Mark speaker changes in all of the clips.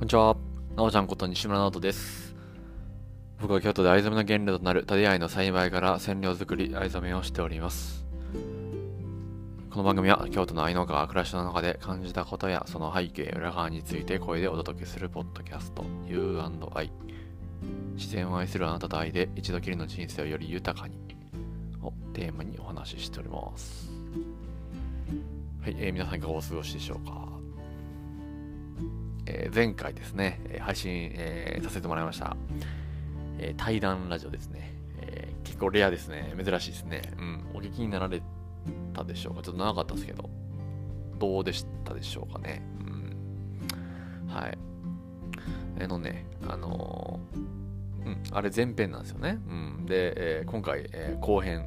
Speaker 1: にちは。なおちゃんこと西村直人です。僕は京都で藍染めの原料となるタデアイの栽培から染料作り、藍染めをしております。この番組は京都の愛農家が暮らしの中で感じたことやその背景、裏側について声でお届けするポッドキャスト U&I。自然を愛するあなたと愛で一度きりの人生をより豊かにをテーマにお話ししております。はい、えー皆さんいかがお過ごしでしょうか。えー前回ですね、えー配信、えーさせてもらいました、えー対談ラジオですね、えー結構レアですね、珍しいですね。うん、お聞きになられたでしょうか、ちょっと長かったですけど、どうでしたでしょうかね。うん、はい。あのね、あのーうん、あれ前編なんですよね。うん、で、えー今回、えー後編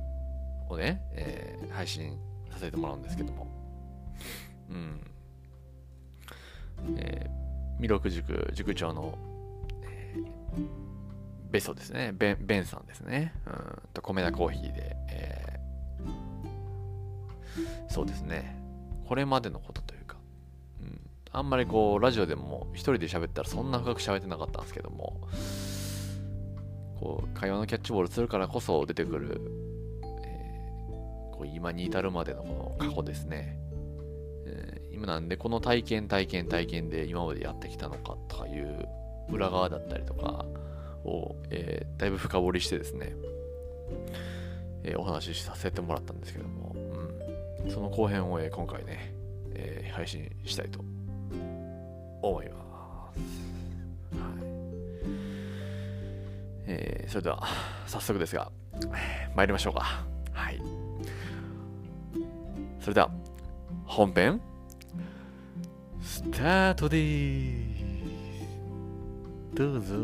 Speaker 1: をね、えー配信させてもらうんですけども、うん、えー、弥勒塾塾長の、えーベソですねベンベンさんですねうんと米田コーヒーで、えーそうですねこれまでのことというか、うん、あんまりこうラジオでも一人で喋ったらそんな深く喋ってなかったんですけどもこう会話のキャッチボールするからこそ出てくる、えーこう今に至るまでのこの過去ですね、えー今なんでこの体験体験体験で今までやってきたのかとかいう裏側だったりとかを、えーだいぶ深掘りしてですね、えーお話しさせてもらったんですけども、うん、その後編を、えー今回ね、えー配信したいと思います、はいえーそれでは早速ですが参りましょうかはいそれでは本編スタートでーすどうぞ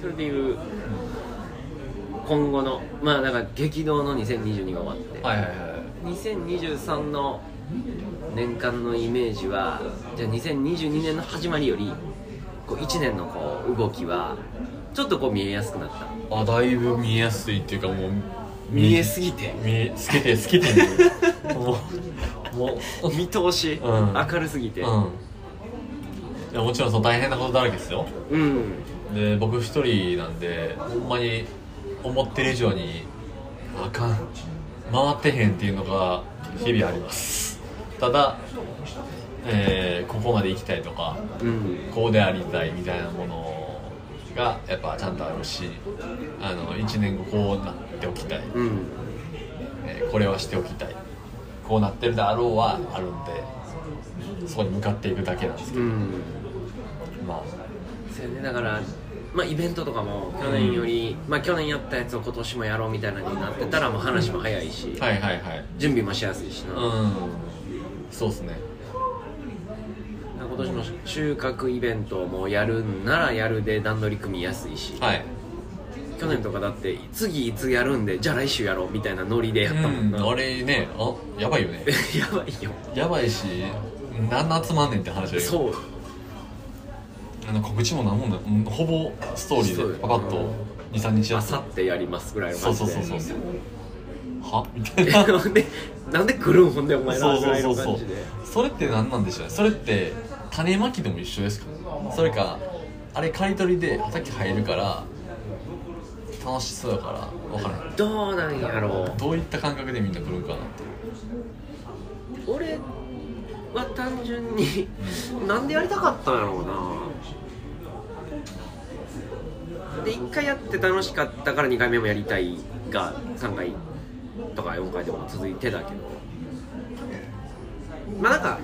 Speaker 2: それでいう今後のまあだから激動の2022が終わって、
Speaker 1: はいはいは
Speaker 2: 2023の年間のイメージはじゃあ2022年の始まりよりこう1年のこう動きはちょっとこう見えやすくなった
Speaker 1: いあだいぶ見えやすいっていうかもう
Speaker 2: 見えすぎて
Speaker 1: 見え透けて透けて見えるもうもう
Speaker 2: 見通し、
Speaker 1: うん
Speaker 2: 明るすぎて
Speaker 1: うんいやもちろんその大変なことだらけですよ
Speaker 2: うん
Speaker 1: で僕一人なんでほんまに思ってる以上にあかん回ってへんっていうのが日々ありますただ、えーここまで行きたいとか
Speaker 2: うん
Speaker 1: こうでありたいみたいなものがやっぱちゃんとあるしあの1年後こうなっておきたい、
Speaker 2: うん
Speaker 1: えーこれはしておきたいこうなってるであろうはあるんでそこに向かっていくだけなんですけ
Speaker 2: うん
Speaker 1: どま
Speaker 2: それでだからまあイベントとかも去年より、まあ去年やったやつを今年もやろうみたいなのになってたらもう話も早いし、
Speaker 1: あはいはいはい
Speaker 2: 準備もしやすいしな、
Speaker 1: うんそうっすね
Speaker 2: 今年も収穫イベントもやるんならやるで段取り組みやすいし、
Speaker 1: はい
Speaker 2: 去年とかだって次いつやるんでじゃあ来週やろうみたいなノリで やったもんな、
Speaker 1: あれねあやばいよね
Speaker 2: やばいよ
Speaker 1: やばいし何の集まんねんって話だよ
Speaker 2: そう
Speaker 1: あの告知もなんもないうんほぼストーリ
Speaker 2: そう
Speaker 1: ー
Speaker 2: よ
Speaker 1: でパパッと23日や
Speaker 2: あ
Speaker 1: って
Speaker 2: さってやりますぐらいの
Speaker 1: そ
Speaker 2: 感
Speaker 1: うそ
Speaker 2: じ
Speaker 1: う
Speaker 2: で
Speaker 1: そうそうそうはみたいな
Speaker 2: ほんで なんで来るんほんでお前
Speaker 1: そ
Speaker 2: ら
Speaker 1: う
Speaker 2: ぐ
Speaker 1: そう
Speaker 2: らい
Speaker 1: そう
Speaker 2: の
Speaker 1: そ
Speaker 2: 感
Speaker 1: う
Speaker 2: じで
Speaker 1: それって何なんでしょうねそれって種まきでも一緒ですかそれかあれ刈り取りで畑入るから楽しそうだから分からん
Speaker 2: どうなんやろ
Speaker 1: どういった感覚でみんな来るんかなって
Speaker 2: う俺は単純になんでやりたかったんやろうなで1回やって楽しかったから2回目もやりたいが3回とか4回でも続いてだけどまあなんか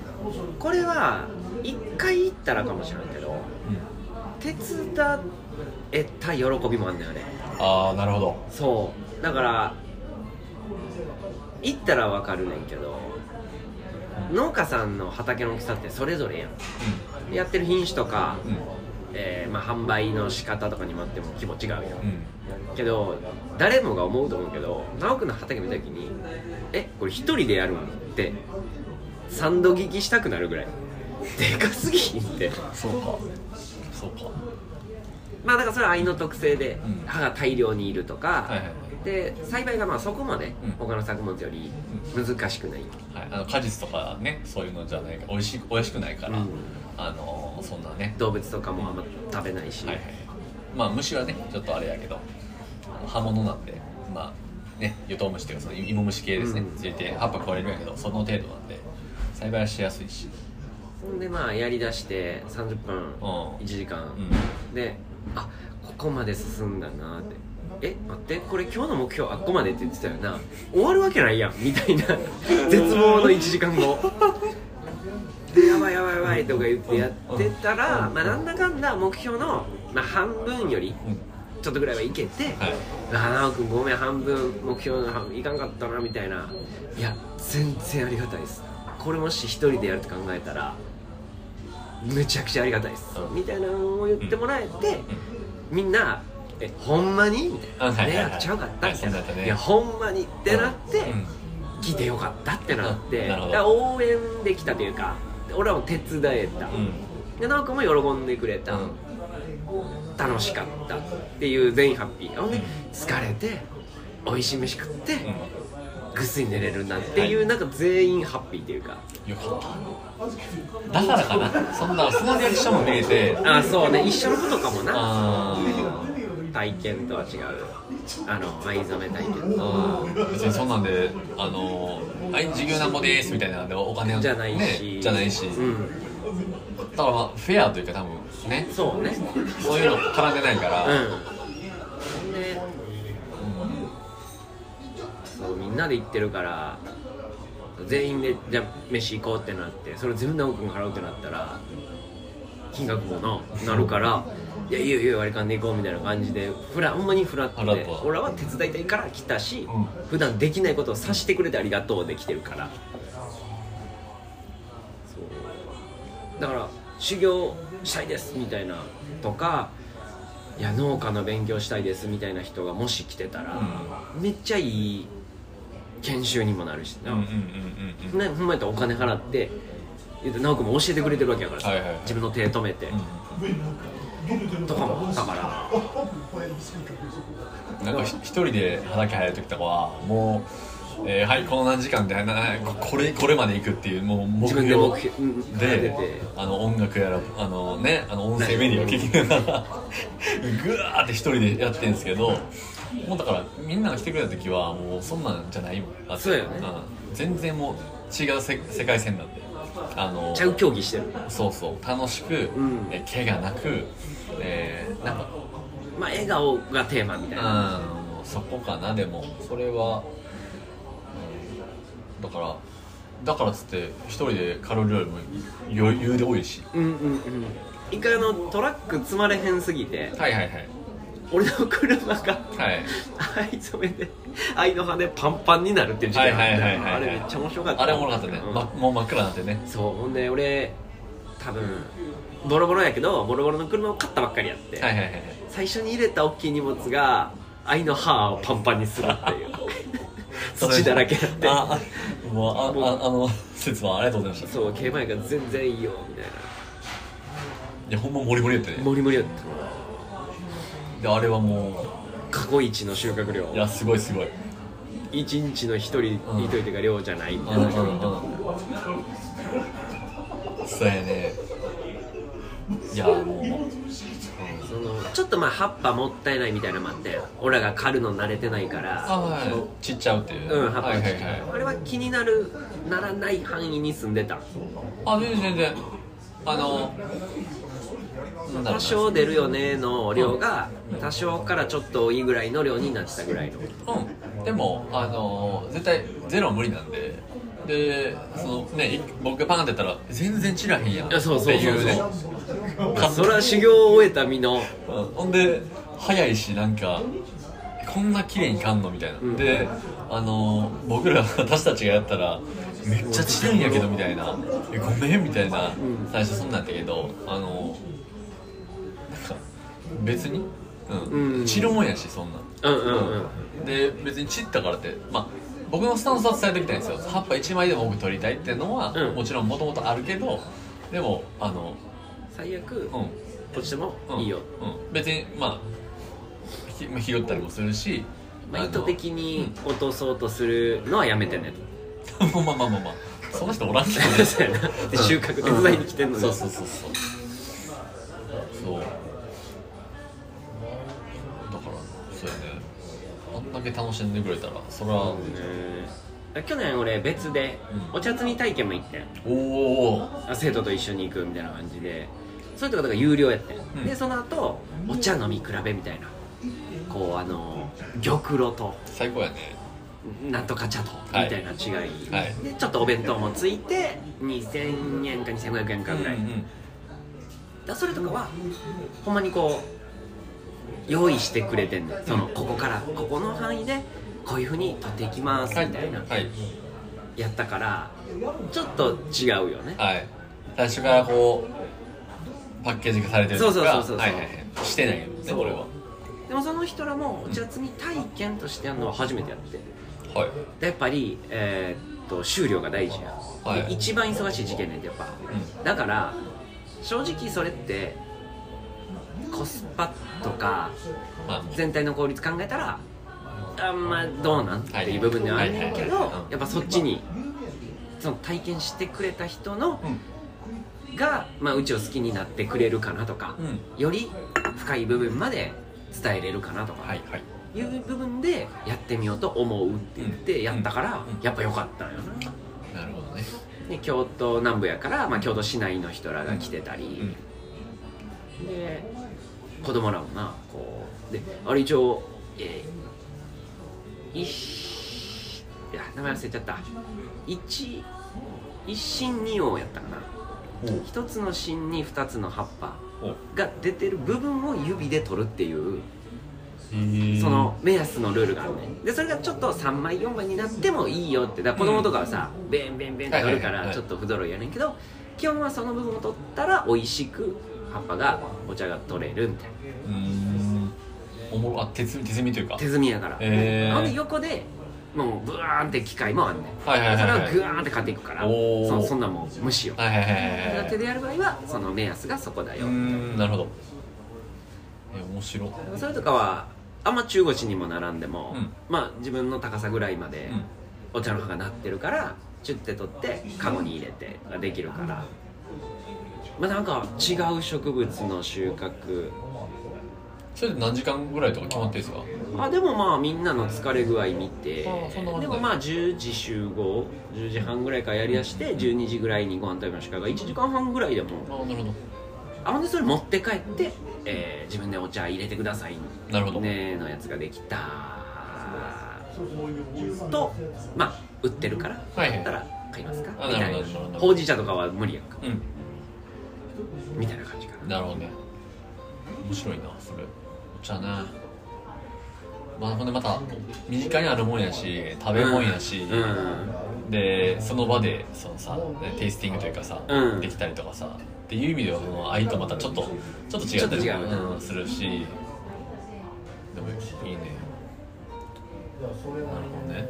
Speaker 2: これは1回行ったらかもしれんけど
Speaker 1: うん
Speaker 2: 手伝えた喜びもあんだよね
Speaker 1: ああなるほど
Speaker 2: そうだから行ったらわかるねんけど農家さんの畑の大きさってそれぞれやんやってる品種とか、
Speaker 1: うんうん
Speaker 2: えーまあ、販売の仕方とかにもあっても規模違うやん、
Speaker 1: うん
Speaker 2: けど誰もが思うと思うけど直くんの畑見た時にえこれ一人でやるんってサンド聞きしたくなるぐらいでかすぎひんって
Speaker 1: そうかそうか
Speaker 2: まあだからそれは愛の特性で
Speaker 1: うん
Speaker 2: 歯が大量にいるとか、
Speaker 1: はいはい
Speaker 2: で栽培がまあそこまで
Speaker 1: うん
Speaker 2: 他の作物より難しくな
Speaker 1: は
Speaker 2: い、
Speaker 1: い、はい、あの果実とかねそういうのじゃないから美味しい美味しくないから、
Speaker 2: うん
Speaker 1: あのそんなね
Speaker 2: 動物とかもあんま食べないし、
Speaker 1: はいはいまあ虫はねちょっとあれやけどあの葉物なんでまあねヨトウムシというかその芋虫系ですね、
Speaker 2: うん
Speaker 1: ついて葉っぱ食われるんやけどその程度なんで栽培はしやすいし
Speaker 2: ほんでまあやりだして30分
Speaker 1: うん
Speaker 2: 1時間、
Speaker 1: う
Speaker 2: であここまで進んだなってえ待ってこれ今日の目標あっこまでって言ってたよな終わるわけないやんみ たいな絶望の1時間後でやばいやばいやばいとか言ってやってたら、まあ、なんだかんだ目標の、まあ、半分より
Speaker 1: ん、うん、
Speaker 2: ちょっとぐらいはいけて、
Speaker 1: はい
Speaker 2: あなおくんごめん半分目標の半分いかんかったなみたいないや全然ありがたいですこれもし一人でやると考えたらめちゃくちゃありがたいです、
Speaker 1: うん
Speaker 2: みたいなのを言ってもらえて、みんな「えほんまに?」みたい
Speaker 1: は
Speaker 2: な「
Speaker 1: いはい
Speaker 2: 迷
Speaker 1: はい
Speaker 2: 惑ちゃうかった」
Speaker 1: はい
Speaker 2: みたいな
Speaker 1: そうだったね
Speaker 2: いやほんまに」ってなって、
Speaker 1: うん
Speaker 2: 来てよかったってなって、
Speaker 1: うんなるほど
Speaker 2: だから応援できたというか俺らも手伝えた、
Speaker 1: うん
Speaker 2: でなおくんも喜んでくれた、
Speaker 1: うん
Speaker 2: 楽しかったっていう全員ハッピーほんで疲れて美味しい飯食ってぐっすり寝れるなっていうなんか全員ハッピーっていうか
Speaker 1: うん、よかっただからかなそんなそのリアクションも見れて
Speaker 2: あそうね一緒のことかもな
Speaker 1: あ
Speaker 2: 体験とは違うあの藍染め体験
Speaker 1: ーあー別にそんなんで「あのーはい授業なんぼです」みたいなんでお金を
Speaker 2: じゃないし、
Speaker 1: ね、じゃないし、
Speaker 2: うん、
Speaker 1: だからまあフェアというか多分ね
Speaker 2: そうね
Speaker 1: そういうの絡んでないから、
Speaker 2: うんでそうみんなで行ってるから全員でじゃあ飯行こうってなってそれ全部直君が払うってなったら金額もななるから「いやいいよいいよ割り勘で行こう」みたいな感じでフラほんまにフラっ
Speaker 1: フラッ
Speaker 2: て
Speaker 1: ト
Speaker 2: 俺は手伝いたいから来たし、
Speaker 1: うん
Speaker 2: 普段できないことをさしてくれてありがとうで来てるからそうだから修行したいですみたいなとかいや農家の勉強したいですみたいな人がもし来てたら、めっちゃいい研修にもなるし
Speaker 1: う
Speaker 2: な、
Speaker 1: んうんうんうんうん
Speaker 2: ね、ほんまやったらお金払って言うて直君も教えてくれてるわけやからさ、
Speaker 1: はいはいはい
Speaker 2: 自分の手止めて、とかもだから
Speaker 1: うんなんかひ一人で畑入る時とかはもう、えーはいこの何時間でななここれこれまで行くっていうもう目
Speaker 2: 自分
Speaker 1: 標
Speaker 2: で目標うん
Speaker 1: で
Speaker 2: 立てて
Speaker 1: あの音楽やらあのねあの音声メディアを聞きながらぐわーって一人でやってるんですけどもうだからみんなが来てくれた時はもうそんなんじゃないもんだって
Speaker 2: そうやね
Speaker 1: ん全然もう違うせ世界線なんであの
Speaker 2: ちゃう競技してる
Speaker 1: そうそう楽しく、
Speaker 2: ん
Speaker 1: え怪我なく、えーなんか
Speaker 2: まあ笑顔がテーマみたいな
Speaker 1: うんそこかなでもそれは、うんだからだからっつって一人でカロリーよりも余裕で多いし
Speaker 2: うんうんうん一回あのトラック積まれへんすぎて
Speaker 1: はいはいはい
Speaker 2: 俺の車が
Speaker 1: はい
Speaker 2: 藍染めで藍の羽でパンパンになるっていう事件があった
Speaker 1: はいはいはいはいはい
Speaker 2: あれめっちゃ面白かった
Speaker 1: あれおもろかったね、
Speaker 2: うん
Speaker 1: ま、もう真っ暗なんでね
Speaker 2: そうほんで俺多分ボロボロやけどボロボロの車を買ったばっかりやって、
Speaker 1: はいはいはいはい
Speaker 2: 最初に入れた大きい荷物が愛の歯をパンパンにするっ ていう土だらけやって
Speaker 1: ああもうあああの説はありがとうございましたい
Speaker 2: そう競馬やから全然いいよみたい
Speaker 1: やほんまモリモリやった
Speaker 2: な
Speaker 1: ね
Speaker 2: モリモリやった
Speaker 1: であれはも
Speaker 2: 過去一の収穫量
Speaker 1: ういやすごいすごい
Speaker 2: 一日の一人
Speaker 1: うん
Speaker 2: いといてが量じゃないみたいな
Speaker 1: そうやねいやもう、
Speaker 2: そのちょっとまあ葉っぱもったいないみたいなのもあって俺らが狩るの慣れてないから
Speaker 1: あはい
Speaker 2: その
Speaker 1: ちっちゃうっていう
Speaker 2: うん葉っぱ
Speaker 1: は
Speaker 2: が
Speaker 1: い
Speaker 2: ち
Speaker 1: は
Speaker 2: っ
Speaker 1: い
Speaker 2: ちゃい
Speaker 1: はい
Speaker 2: あれは気になるならない範囲に住んでた
Speaker 1: あ全然全然あのなんだろ
Speaker 2: 多少出るよねの量が多少からちょっと多いぐらいの量になってたぐらいの
Speaker 1: うなうんでもあの絶対ゼロは無理なんででそのねい僕がパンってやったら全然散らへんやんっ
Speaker 2: い
Speaker 1: て
Speaker 2: やそうそうそうそう
Speaker 1: いうね
Speaker 2: まあそれは修行を終えた身の
Speaker 1: うんほんで早いしなんかこんな綺麗にかんのみたいな、
Speaker 2: ん
Speaker 1: であの僕ら私たちがやったらめっちゃちるんやけどみたいなえごめんみたいな、最初そんなんやったけどあのなんか別に、うん
Speaker 2: うん
Speaker 1: 散るもんやしそんなん
Speaker 2: うんうんうん
Speaker 1: で別に散ったからってまあ僕のスタンスは伝えておきたいんですよ葉っぱ1枚でも多く取りたいっていうのは、
Speaker 2: うん
Speaker 1: もちろんもともとあるけどでもあの
Speaker 2: 最悪
Speaker 1: うん
Speaker 2: 落ちても
Speaker 1: うん
Speaker 2: いいよ、
Speaker 1: うん、別にまあひまあ拾ったりもするし、
Speaker 2: まあ、
Speaker 1: あの
Speaker 2: 意図的に落とそうとするのはやめてね
Speaker 1: まあまあまあまあまあその人おらんけど
Speaker 2: とそうやなで 収穫手伝いに来てんのに、
Speaker 1: そうそうそうそうそうだからそうやねあんだけ楽しんでくれたらそれは、
Speaker 2: うん去年俺別で
Speaker 1: うん
Speaker 2: お茶摘み体験も行ってん
Speaker 1: おお
Speaker 2: あ生徒と一緒に行くみたいな感じでそういうとこだから有料やってん、
Speaker 1: うん
Speaker 2: でその後お茶飲み比べみたいなこうあの玉露と
Speaker 1: 最高やね
Speaker 2: なんとか茶とみたいな違い、
Speaker 1: はい
Speaker 2: でちょっとお弁当もついて2000円か2500円かぐらい、
Speaker 1: うんうん
Speaker 2: だそれとかはほんまにこう用意してくれてんねんそのここからここの範囲でこういうふうに取っていきます
Speaker 1: はい
Speaker 2: みたいな、
Speaker 1: はい
Speaker 2: やったからちょっと違うよね
Speaker 1: はい最初からこうパッケージ化されてるとか
Speaker 2: そうそうそうそうそう
Speaker 1: はいはいはい、してないよね
Speaker 2: そう
Speaker 1: 俺は
Speaker 2: でもその人らもお茶摘み体験としてやるのは初めてやって
Speaker 1: はい
Speaker 2: でやっぱりえーっと収量が大事やん、
Speaker 1: はい
Speaker 2: で一番忙しい時期やねんってやっぱ
Speaker 1: う
Speaker 2: だから正直それってコスパとか
Speaker 1: んまあもう
Speaker 2: 全体の効率考えたらあんまどうなんっていう部分ではあるねんけ
Speaker 1: はいは
Speaker 2: ど
Speaker 1: いはいはい
Speaker 2: やっぱそっちにその体験してくれた人の
Speaker 1: う
Speaker 2: が、まあ、うちを好きになってくれるかなと
Speaker 1: ん
Speaker 2: か
Speaker 1: うん
Speaker 2: より深い部分まで伝えれるかなとか
Speaker 1: はいはい
Speaker 2: いう部分でやってみようと思うって言ってやったから
Speaker 1: うん
Speaker 2: やっぱ良かったんよな
Speaker 1: なるほどね
Speaker 2: で京都南部やから、まあ、京都市内の人らが来てた
Speaker 1: う
Speaker 2: り
Speaker 1: ん、
Speaker 2: で子供らもなこうであれ一応えー、一いや名前忘れちゃった一一心二葉やったかな一つの芯に二つの葉っぱ
Speaker 1: おお
Speaker 2: が出てる部分を指で取るっていう
Speaker 1: そ
Speaker 2: その目安のルールがあるねでそれがちょっと3枚4枚になってもいいよってだから子供とかはさ、ベンベンベンって取るか
Speaker 1: はいはいはいは
Speaker 2: ら
Speaker 1: い
Speaker 2: ちょっと不揃いやねんけど基本はその部分を取ったら美味しく葉っぱがお茶が取れるみたいな
Speaker 1: うーんおもろあ手摘み手摘みというか
Speaker 2: 手摘みやから、
Speaker 1: へー
Speaker 2: ほんで横でもうブワーンって機械もあんねん
Speaker 1: はいはい
Speaker 2: そ
Speaker 1: はい
Speaker 2: れ
Speaker 1: はい
Speaker 2: はグワーンって買っていくから
Speaker 1: おー
Speaker 2: そそんなんもう無視よ
Speaker 1: はいはいはい
Speaker 2: だか
Speaker 1: は
Speaker 2: ら
Speaker 1: い
Speaker 2: 手でやる場合はその目安がそこだ
Speaker 1: うー
Speaker 2: よ
Speaker 1: んなるほどえ面白い
Speaker 2: それとかはあんま中腰にも並んでも、
Speaker 1: うん
Speaker 2: まあ自分の高さぐらいまで
Speaker 1: うん
Speaker 2: お茶の葉がなってるからチュッて取ってカゴに入れてができるからまあなんか違う植物の収穫
Speaker 1: それで何時間ぐらいとか決まってるんですか
Speaker 2: あでもまあみんなの疲れ具合見て
Speaker 1: あーそんな感じだね
Speaker 2: でもまあ10時集合10時半ぐらいからやりだして12時ぐらいにご飯食べましたから1時間半ぐらいでも
Speaker 1: あなるほど
Speaker 2: あほんでそれ持って帰って、えー自分でお茶入れてください
Speaker 1: なるほど
Speaker 2: ねのやつができたとまあ売ってるから
Speaker 1: はいは
Speaker 2: だ
Speaker 1: い
Speaker 2: ったら買いますか
Speaker 1: あ
Speaker 2: みたい
Speaker 1: なる
Speaker 2: な
Speaker 1: ほどなるほど
Speaker 2: ほうじ茶とかは無理やんか
Speaker 1: うん
Speaker 2: みたいな感じかな
Speaker 1: なるほどね面白いなそれお茶なまあほんでまた身近にあるもんやし食べ物やし、
Speaker 2: うん
Speaker 1: でその場でそのさテイスティングというかさ、
Speaker 2: うん
Speaker 1: できたりとかさっていう意味ではその愛とまたちょっとちょっと違ったり
Speaker 2: ちょっと違うな
Speaker 1: うんするしでもいいねなるほどね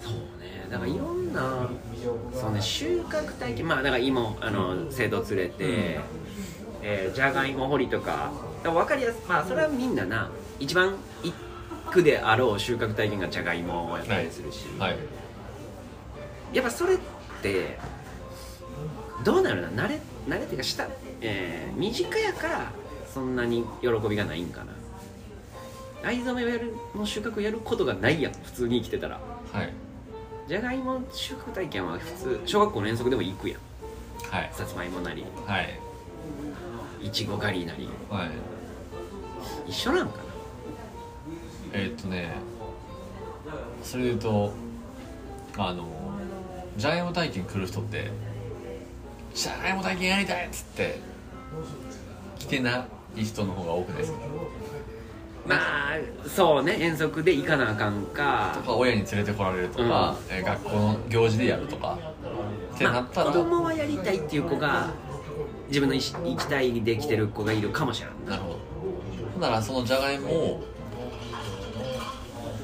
Speaker 2: そうねだからいろんなそうね収穫体験まあだから芋あの生徒連れて、
Speaker 1: うん
Speaker 2: えーじゃがいも掘りとかだから分かりやすいまあそれはみんなな一番一区であろう収穫体験がじゃがいもやったりするし、
Speaker 1: はい
Speaker 2: やっぱそれってどうなるな慣れ慣れっていうかした、えー、身近やからそんなに喜びがないんかな藍染めをやるの収穫やることがないやん普通に生きてたら
Speaker 1: はい
Speaker 2: じゃがいも収穫体験は普通小学校の遠足でも行くやん
Speaker 1: はい
Speaker 2: さつまいもなり
Speaker 1: はい
Speaker 2: いちご狩りなり
Speaker 1: はい
Speaker 2: 一緒なんかな
Speaker 1: えーっとねそれで言うとあのジャガイモ体験来る人ってジャガイモ体験やりたいっつって来てない人の方が多くないですか
Speaker 2: まあそうね遠足で行かなあかんか
Speaker 1: とか親に連れてこられるとか、えー学校の行事でやるとかってなったら、
Speaker 2: まあ子供はやりたいっていう子が自分の意思行きたいできてる子がいるかもしれ
Speaker 1: な
Speaker 2: ない
Speaker 1: るほどほんならそのじゃがいもを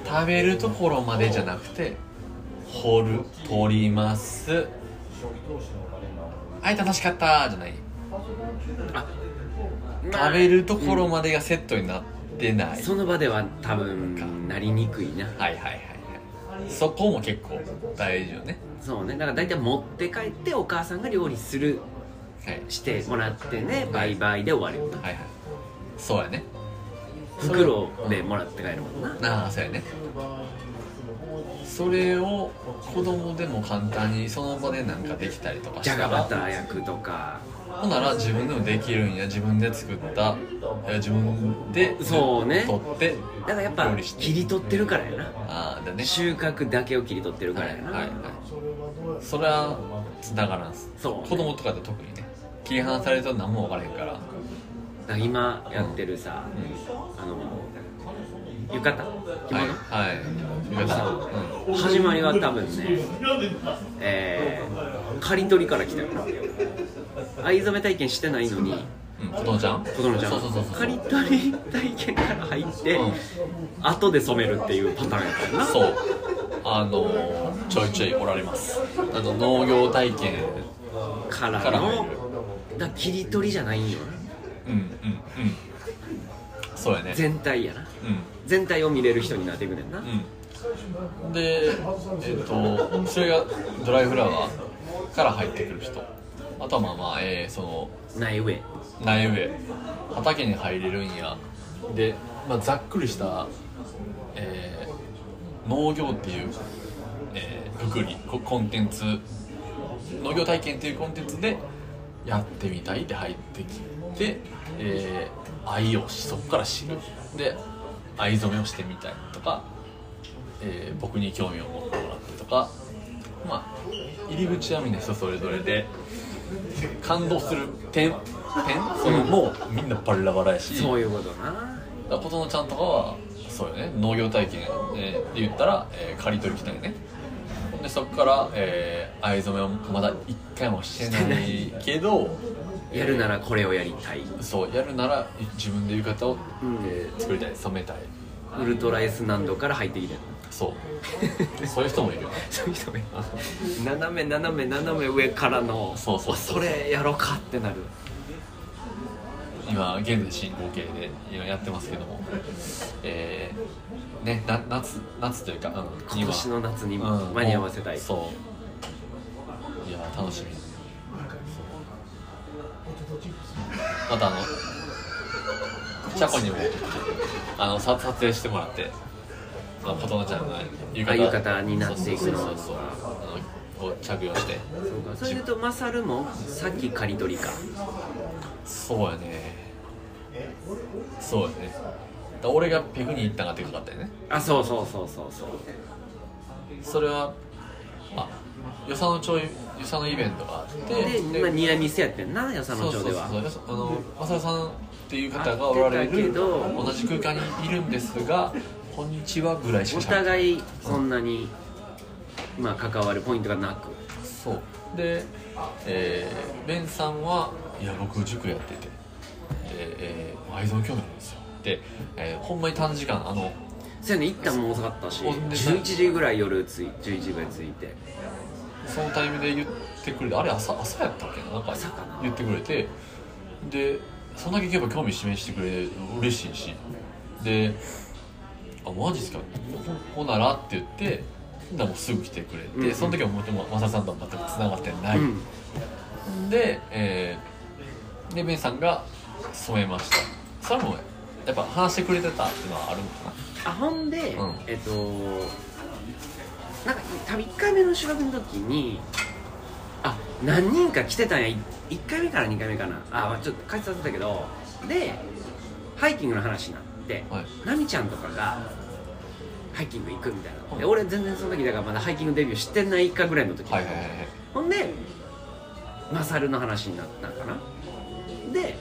Speaker 1: 食べるところまでじゃなくて掘る取りますはい楽しかったじゃない
Speaker 2: まあ
Speaker 1: 食べるところまでがセットになってない、
Speaker 2: その場では多分なりにくいな
Speaker 1: はいはいはいはいそこも結構大事よね
Speaker 2: そうねだから大体持って帰ってお母さんが料理する
Speaker 1: はい
Speaker 2: してもらってねバイバイで終わるよな
Speaker 1: はいはいそうやね
Speaker 2: 袋でもらって帰るもんな
Speaker 1: なあそうやねそれを子供でも簡単にその場でなんかできたりとか
Speaker 2: じ
Speaker 1: し
Speaker 2: ゃ
Speaker 1: た
Speaker 2: がバ
Speaker 1: ら
Speaker 2: ター焼くとか
Speaker 1: ほんなら自分でもできるんや自分で作ったいや自分で
Speaker 2: そうね
Speaker 1: 取って
Speaker 2: だからやっぱ
Speaker 1: 料理して
Speaker 2: 切り取ってるからやな
Speaker 1: ああだね
Speaker 2: 収穫だけを切り取ってるか
Speaker 1: は
Speaker 2: ら
Speaker 1: い
Speaker 2: やな、
Speaker 1: はいはいそれはだからんす
Speaker 2: そうね
Speaker 1: 子供とかで特にね切り離されると何も分からへんから
Speaker 2: だから今やってるさ、あの浴衣着
Speaker 1: はい
Speaker 2: 物、
Speaker 1: はいゆかさん、うん、
Speaker 2: 始まりは多分ねえー、刈り取りから来たよな藍染め体験してないのに
Speaker 1: うん、琴乃ちゃん
Speaker 2: 子供ちゃん
Speaker 1: そうそうそうそう
Speaker 2: 刈り取り体験から入って、
Speaker 1: うん
Speaker 2: 後で染めるっていうパターンやったよな
Speaker 1: そうあのーちょいちょいおられますあの農業体験
Speaker 2: からの
Speaker 1: から入る
Speaker 2: だから切り取りじゃないんよ
Speaker 1: うんうんうんそうやね
Speaker 2: な全体やな
Speaker 1: う
Speaker 2: 全体を見れる人になっていくねんな、
Speaker 1: んうんでえっ、とそれがドライフラワーから入ってくる人あとはまあまあ、えーその
Speaker 2: ない上
Speaker 1: 苗植え畑に入れるんやで、まあ、ざっくりした、えー農業っていう、えー、くくりココンテンツ農業体験っていうコンテンツでやってみたいって入ってきて、えー愛をしそこから知るで藍染めをしてみたいとか、えー僕に興味を持ってもらってとかまあ入り口はみんな人それぞれで感動する点点そのもうみんなバラバラやし
Speaker 2: そういうことな
Speaker 1: だから琴乃ちゃんとかはそうよね農業体験で、えー言ったら、えー刈り取り来たよねでそこから、えー藍染めをまだ一回もしてないけど
Speaker 2: やるならこれをやりたい
Speaker 1: そうやるなら自分で浴衣を、
Speaker 2: うん
Speaker 1: えー作りたい染めたい
Speaker 2: ウルトラ S 難度から入ってきてる
Speaker 1: そう そういう人もいるよね
Speaker 2: そういう人ね斜め斜め斜め上からの
Speaker 1: そうそうそう
Speaker 2: それやろうかってなる
Speaker 1: 今現在進行形で今やってますけどもえーねな夏夏というか、うん、
Speaker 2: 今年の夏に
Speaker 1: 今うん
Speaker 2: 間に合わせたい、
Speaker 1: そういや楽しみまたあのチャコにもあのさ撮影してもらってあの琴乃ちゃんが浴
Speaker 2: あ浴衣になっていくの
Speaker 1: そうそうそうそうあのを着用して
Speaker 2: そうかそれで言うとマサルもさっき刈り取りか
Speaker 1: そうやねそうやねだ俺がペグに行ったんがでかかったよね
Speaker 2: あそうそうそうそうそう
Speaker 1: それはあよさのちょいよさのイベントがあって
Speaker 2: で今ニアミスやってんな与謝野町では
Speaker 1: そうそうそうあのマサルさんっていう方がおられ
Speaker 2: 会ってたけ
Speaker 1: る
Speaker 2: ど
Speaker 1: 同じ空間にいるんですがこんにちはぐらいしか
Speaker 2: お
Speaker 1: 喋らない
Speaker 2: 互いそんなに、まあ、関わるポイントがなく
Speaker 1: そうでえーベンさんはいや僕塾やっててで、えー、藍染め興味あるんですよで、えーほんまに短時間あの
Speaker 2: そうやね一旦も遅かったし
Speaker 1: ほんで
Speaker 2: 11時ぐらい夜つい11時ぐらいついて
Speaker 1: そのタイミングで言ってくれてあれ朝朝やったっけななんか
Speaker 2: 朝かな
Speaker 1: 言ってくれてでそんだけ結構興味示してくれる嬉しいしで「あマジっすかほほなら」って言ってだからもうすぐ来てくれて、
Speaker 2: うんうん
Speaker 1: その時はもうマサさんとは全くつながってない、
Speaker 2: うん
Speaker 1: で、えーでベンさんが染めましたそれもやっぱ話してくれてたっていうのはあるのか
Speaker 2: あほんで、
Speaker 1: うん
Speaker 2: えっとなんか多分1回目の修学の時にあ何人か来てたんやい1回目から2回目かなあちょっと解説させたけどでハイキングの話になって、
Speaker 1: なはい
Speaker 2: ナミちゃんとかがハイキング行くみたいなで
Speaker 1: うん
Speaker 2: 俺全然その時だからまだハイキングデビューしてないかぐらいの時、
Speaker 1: はいはいはいはい
Speaker 2: ほんでマサルの話になったんかなで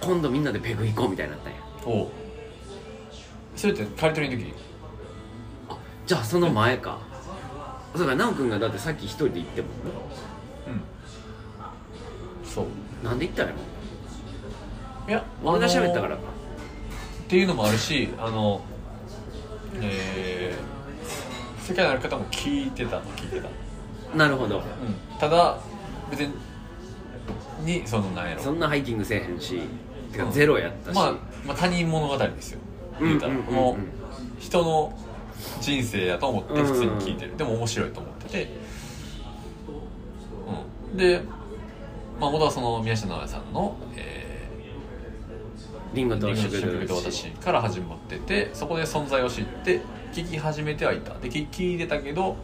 Speaker 2: 今度みんなでペグ行こうみたいになったんや
Speaker 1: おうそれって刈り取りの時
Speaker 2: あじゃあその前かそうか奈くんがだってさっき一人で行ってもんね
Speaker 1: うんそう
Speaker 2: なんで行ったんやろ
Speaker 1: いや
Speaker 2: 俺が喋ったから
Speaker 1: っ
Speaker 2: か
Speaker 1: ていうのもあるしあのえー、世界のある方も聞いてた聞いてた、う
Speaker 2: なるほど
Speaker 1: ん、ただ別ににそのなんやろ
Speaker 2: そんなハイキングせえへんしてか
Speaker 1: うん
Speaker 2: ゼロやったし、
Speaker 1: まあ、まあ他人物語ですよ
Speaker 2: うん
Speaker 1: 言
Speaker 2: うん
Speaker 1: うたら、
Speaker 2: うんうん
Speaker 1: もう人の人生やと思って
Speaker 2: うん
Speaker 1: 普通に聞いてる、でも面白いと思ってて、うん、で、まあ、元はその宮下直哉さんの「え
Speaker 2: リンゴ
Speaker 1: ー、リ
Speaker 2: と
Speaker 1: ングの
Speaker 2: 食
Speaker 1: 食と
Speaker 2: 堂
Speaker 1: 私」から始まっててそこで存在を知って聞き始めてはいたで聞聞いてたけど、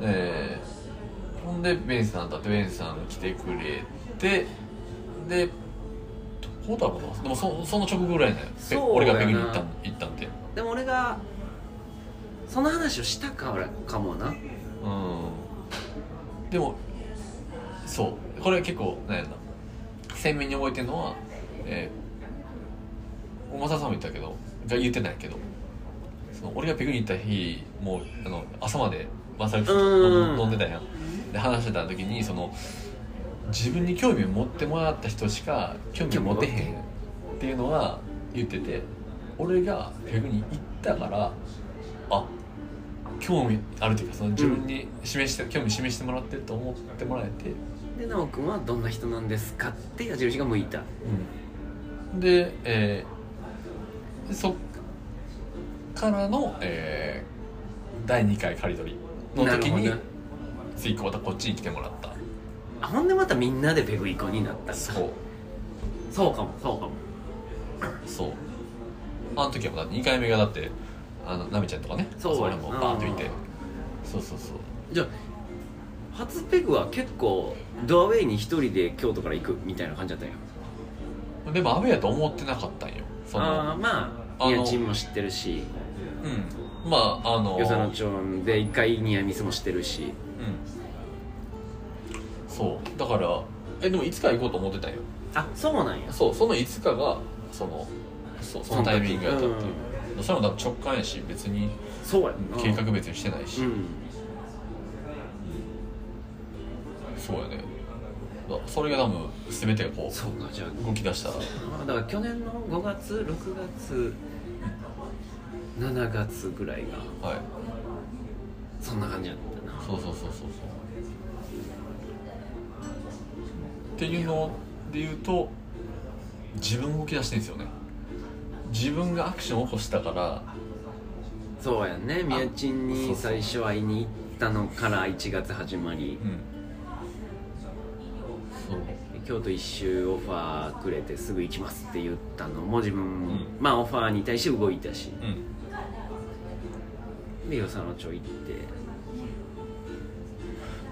Speaker 1: えーほんでベンさんだってベンさん来てくれてでほうたことでもそその直後ぐらいだよ
Speaker 2: そう
Speaker 1: ぺ俺が
Speaker 2: やな
Speaker 1: 北京に行ったん行ったんて
Speaker 2: でも俺がその話をしたか俺かもな
Speaker 1: うんでもそうこれ結構なんやろな鮮明に覚えてるのは、えー、小正さんも言ったけどが言ってないけどその俺がペグに行った日もうあの朝までマサルと
Speaker 2: うん
Speaker 1: 飲んでたやんで話してた時にその自分に興味を持ってもらった人しか興味を持てへんっていうのは言ってて俺がペグに行ったからあ興味あるというかその自分に示して、興味示してもらってると思ってもらえて、
Speaker 2: で奈く君はどんな人なんですかって矢印が向いた
Speaker 1: で、えーそっからの、えー第2回仮取りの
Speaker 2: なる
Speaker 1: 時
Speaker 2: ほど
Speaker 1: に
Speaker 2: ね
Speaker 1: 次またこっちに来てもらった
Speaker 2: あほんでまたみんなでペグイコになったんだ
Speaker 1: そう
Speaker 2: そうかもそうかも
Speaker 1: そうあの時はまだ2回目がだってあのナミちゃんとかね
Speaker 2: そう
Speaker 1: れもバーンといて
Speaker 2: うん
Speaker 1: そうそうそう
Speaker 2: じゃあ初ペグは結構ドアウェイに一人で京都から行くみたいな感じだったんや
Speaker 1: でもアウェイやと思ってなかったんよそ
Speaker 2: ああ
Speaker 1: の
Speaker 2: ーまあ
Speaker 1: あの
Speaker 2: ニヤチンも知ってるし
Speaker 1: うんまああの
Speaker 2: 与謝野町で一回ニヤミスも知ってるし
Speaker 1: うんそうだからえでもいつか行こうと思ってたんよ
Speaker 2: あそうなんや
Speaker 1: そうそのいつかがそのそうそのタイミングやったっていう、それもだから直感やし別に
Speaker 2: そうや
Speaker 1: うん
Speaker 2: な
Speaker 1: 計画別にしてないし、
Speaker 2: うん
Speaker 1: そうやねだそれが多分全てがこ
Speaker 2: そうかじゃあ
Speaker 1: う動き出したら
Speaker 2: あだから去年の5月6月7月ぐらいが
Speaker 1: はい
Speaker 2: そんな感じだったな
Speaker 1: そうそうそうそうそうっていうので言うと自分動き出してるんですよね自分がアクションを起こしたから
Speaker 2: そうやね宮地
Speaker 1: そう
Speaker 2: に
Speaker 1: そう
Speaker 2: 最初会いに行ったのから1月始まり
Speaker 1: うんそう
Speaker 2: 京都一周オファーくれてすぐ行きますって言ったのも自分、
Speaker 1: ん
Speaker 2: まあオファーに対して動いたし
Speaker 1: うん
Speaker 2: で与謝野町行って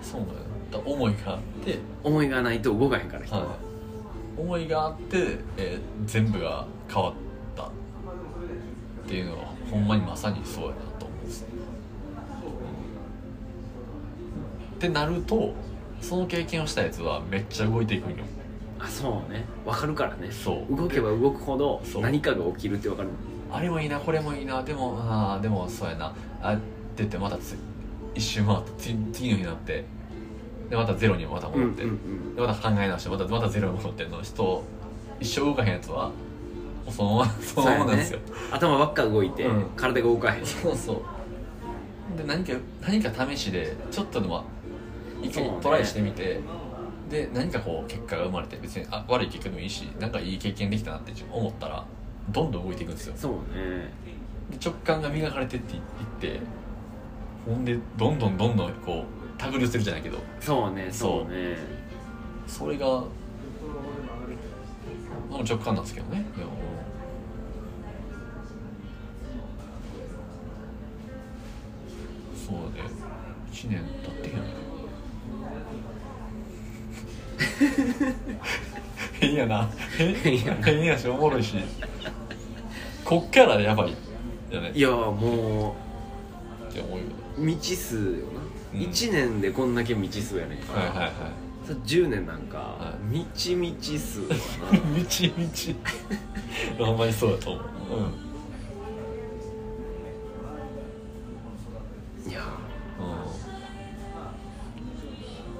Speaker 1: そうなんよだから思いがあって
Speaker 2: 思いがないと動かへんから人は、
Speaker 1: はい、思いがあって、えー全部が変わったっていうのはほんまにまさにそうやなと思うんですね。ってなるとその経験をしたやつはめっちゃ動いていくんよ。
Speaker 2: あそうね分かるからね
Speaker 1: そう
Speaker 2: 動けば動くほど
Speaker 1: そう
Speaker 2: 何かが起きるって分かる
Speaker 1: あれもいいなこれもいいなでもあーでもそうやなあって言ってまたつ一周回って次次の日になってでまたゼロにまた戻って。
Speaker 2: ん
Speaker 1: でまた考え直してまたまたゼロに戻ってんの人一生動かへんやつはもうそのままそのままなんですよ
Speaker 2: 頭ばっか動いて、
Speaker 1: うん
Speaker 2: 体が動かへん
Speaker 1: そう,、そうで何か何か試しでちょっとでも一
Speaker 2: そう
Speaker 1: 回
Speaker 2: ね
Speaker 1: トライしてみて、で何かこう結果が生まれて別にあ悪い結果でもいいしなんかいい経験できたなって思ったらどんどん動いていくんですよ
Speaker 2: そうね
Speaker 1: で直感が磨かれてっていってほんでどんどんどんどんこう手繰り寄せるじゃないけど
Speaker 2: そうね
Speaker 1: そう
Speaker 2: そうね
Speaker 1: それがもう直感なんですけどねでもそうで1年経ってへんよね変やな変
Speaker 2: 変やな
Speaker 1: 変やしおもろいしこっからやばいよね
Speaker 2: いやも
Speaker 1: って思うよね
Speaker 2: う未知数よな、
Speaker 1: うん
Speaker 2: 1年でこんだけ未知数やねんか
Speaker 1: はい
Speaker 2: ら、
Speaker 1: はいはい
Speaker 2: さ10年なんか、
Speaker 1: は
Speaker 2: みちみち数 や
Speaker 1: みちみちほんまにそうだと思ううん
Speaker 2: ないや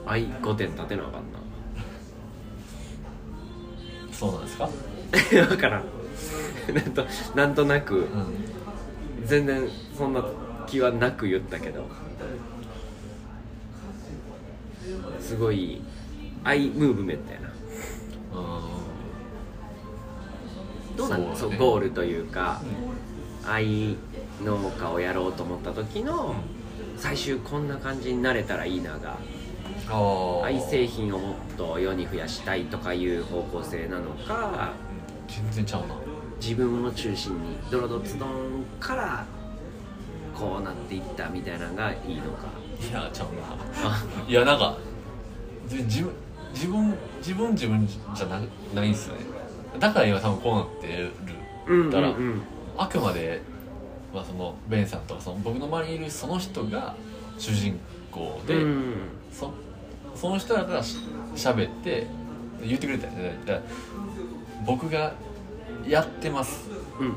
Speaker 1: うん
Speaker 2: 愛5点立てなあかんな
Speaker 1: そうなんですか。
Speaker 2: 分からんなんとなんとなく
Speaker 1: うん。
Speaker 2: 全然そんな気はなく言ったけどすごい愛ムーブメントやなどうなん
Speaker 3: そうだね
Speaker 2: そうゴールというか愛農家をやろうと思った時の最終こんな感じになれたらいいなが
Speaker 1: ああ
Speaker 2: 愛製品をもっと世に増やしたいとかいう方向性なのか
Speaker 1: 全然ちゃうな
Speaker 2: 自分を中心にドロドツドンからこうなっていったみたいなのがいいのか
Speaker 1: いやちゃうな
Speaker 2: あ
Speaker 1: いやなんか自自分自分自分自分じゃなないんすねだから今多分こうなってる
Speaker 2: うんうん
Speaker 1: だから
Speaker 2: うん
Speaker 1: あくまで、まあ、そのベンさんとかその僕の周りにいるその人が主人公で、
Speaker 2: うん
Speaker 1: そその人らからし喋って言ってくれたんですねだから僕がやってます
Speaker 2: うん
Speaker 1: っ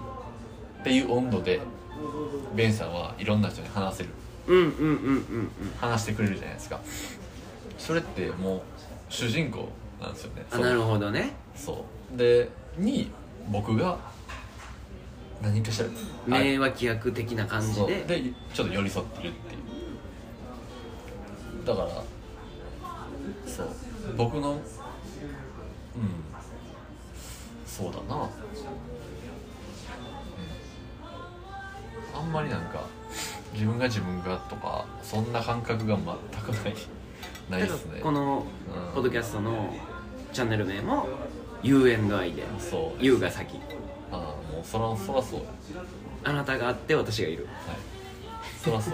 Speaker 1: ていう温度でベンさんはいろんな人に話せる
Speaker 2: うんうんうんうん
Speaker 1: 話してくれるじゃないですかそれってもう主人公なんですよね
Speaker 2: あ
Speaker 1: そう
Speaker 2: なるほどね
Speaker 1: そうでに僕が何かしらあ
Speaker 2: 名脇役的な感じ
Speaker 1: そう
Speaker 2: で
Speaker 1: でちょっと寄り添ってるっていうだからそう僕のうんそうだな、うん、あんまりなんか自分が自分がとかそんな感覚が全くないない
Speaker 2: だ
Speaker 1: で
Speaker 2: から
Speaker 1: すね
Speaker 2: この
Speaker 1: うん
Speaker 2: ポッドキャストのチャンネル名も「You&I」で
Speaker 1: そ
Speaker 2: 「
Speaker 1: う
Speaker 2: You」が先
Speaker 1: ああもうそらそらそうよ
Speaker 2: あなたがあって私がいる
Speaker 1: はいそらそう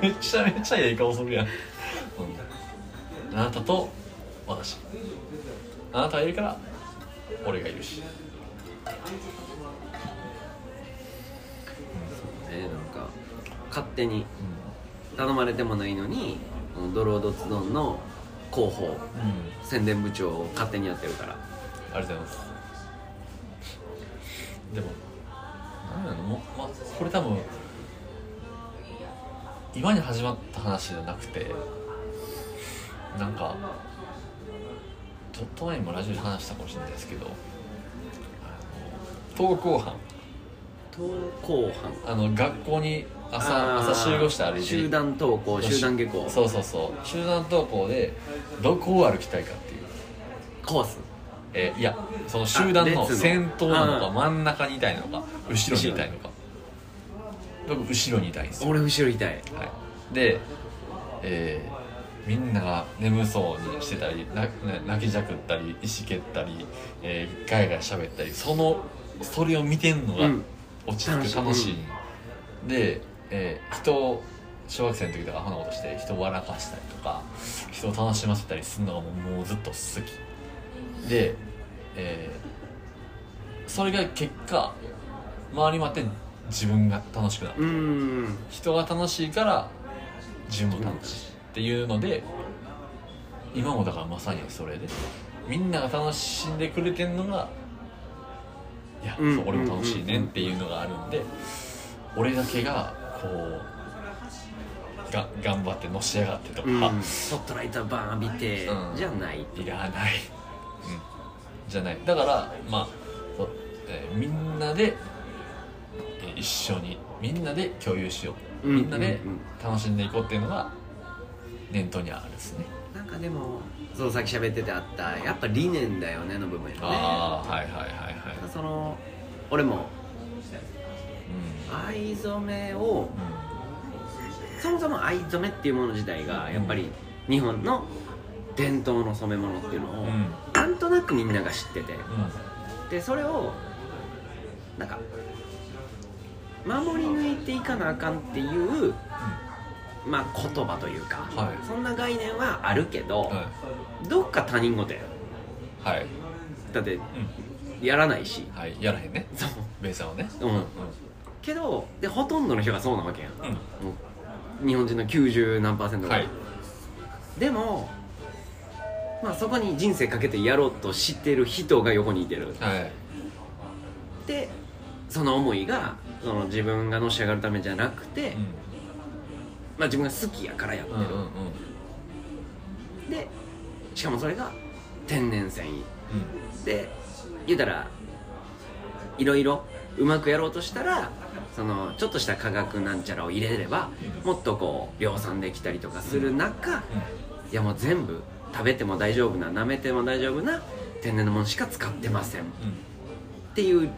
Speaker 1: めちゃめちゃええ顔するやん、うん、あなたと私あなたがいるから俺がいるし
Speaker 2: ねなんか勝手に頼まれてもないのにこのドロードツドンの広報
Speaker 1: うん、うん、
Speaker 2: 宣伝部長を勝手にやってるから
Speaker 1: ありがとうございますでもなんやろもう、まあ、これ多分今に始まった話じゃなくてなんかちょっと前にもラジオで話したかもしれないですけどあの登校班
Speaker 2: 登校班
Speaker 1: あの学校に朝朝集合して歩いて
Speaker 2: 集団登校集団下校
Speaker 1: そうそうそう集団登校でどこを歩きたいかっていう
Speaker 2: コース
Speaker 1: えーいやその集団の
Speaker 2: 列の
Speaker 1: 先頭なの
Speaker 2: う
Speaker 1: か
Speaker 2: ん
Speaker 1: 真ん中にいたいのか後ろにいたいのか僕後ろにいたいんですよ、
Speaker 2: 俺後ろ痛い
Speaker 1: はい、で、えーみんなが眠そうにしてたりなな泣きじゃくったり石蹴ったり、えー、ガヤガヤ喋ったりそのそれを見てんのが
Speaker 2: うん
Speaker 1: 落ち着く楽
Speaker 2: 楽
Speaker 1: し
Speaker 2: し
Speaker 1: い
Speaker 2: い、
Speaker 1: で、えー人を小学生の時とかアホなことして人を笑かしたりとか人を楽しませたりするのがもうもうずっと好きで、えーそれが結果周りまって自分が楽しくなる
Speaker 2: うーん
Speaker 1: 人が楽しいから自分も楽しいっていうので今もだからまさにそれでみんなが楽しんでくれてんのがいや、
Speaker 2: うん
Speaker 1: そう俺も楽しいねんっていうのがあるんで、俺だけがこうが頑張ってのし上がってとか、
Speaker 2: うんスポットライトバーン浴びて
Speaker 1: うん
Speaker 2: じゃない
Speaker 1: いらない、うん、じゃないだからまあ、そうえーみんなで、えー一緒にみんなで共有しよう、
Speaker 2: うん
Speaker 1: みんなで
Speaker 2: うん
Speaker 1: 楽しんでいこうっていうのが念頭にあるんですね
Speaker 2: なんかでもそうさっき喋っててあったやっぱ理念だよねの部分よね
Speaker 1: ああはいはいはいはい
Speaker 2: その俺も
Speaker 1: う
Speaker 2: 藍染めを
Speaker 1: ん、うん、
Speaker 2: そもそも藍染めっていうもの自体がやっぱり日本の伝統の染め物っていうのを、
Speaker 1: うんうん
Speaker 2: なんとなくみんなが知っててでそれをなんか守り抜いていかなあかんっていう、まあ、言葉というか、
Speaker 1: はい
Speaker 2: そんな概念はあるけど、
Speaker 1: はい
Speaker 2: どっか他人事やん
Speaker 1: はい、
Speaker 2: だって
Speaker 1: う
Speaker 2: やらないし
Speaker 1: ん、はいやらへんね
Speaker 2: そう
Speaker 1: ベイさんはね
Speaker 2: うんけどでほとんどの人がそうなわけやん
Speaker 1: うんうん
Speaker 2: もう日本人の90何パーセントが、
Speaker 1: はい
Speaker 2: でも、まあ、そこに人生かけてやろうとしてる人が横にいてる
Speaker 1: はい
Speaker 2: でその思いがその自分がのし上がるためじゃなくて、
Speaker 1: う
Speaker 2: まあ、自分が好きやからやって
Speaker 1: んうんうんうん
Speaker 2: るでしかもそれが天然繊維で言うたらいろいろうまくやろうとしたらそのちょっとした化学なんちゃらを入れればもっとこう量産できたりとかする中、いやもう全部食べても大丈夫な舐めても大丈夫な天然のものしか使ってませんっ
Speaker 1: うんうん
Speaker 2: ていう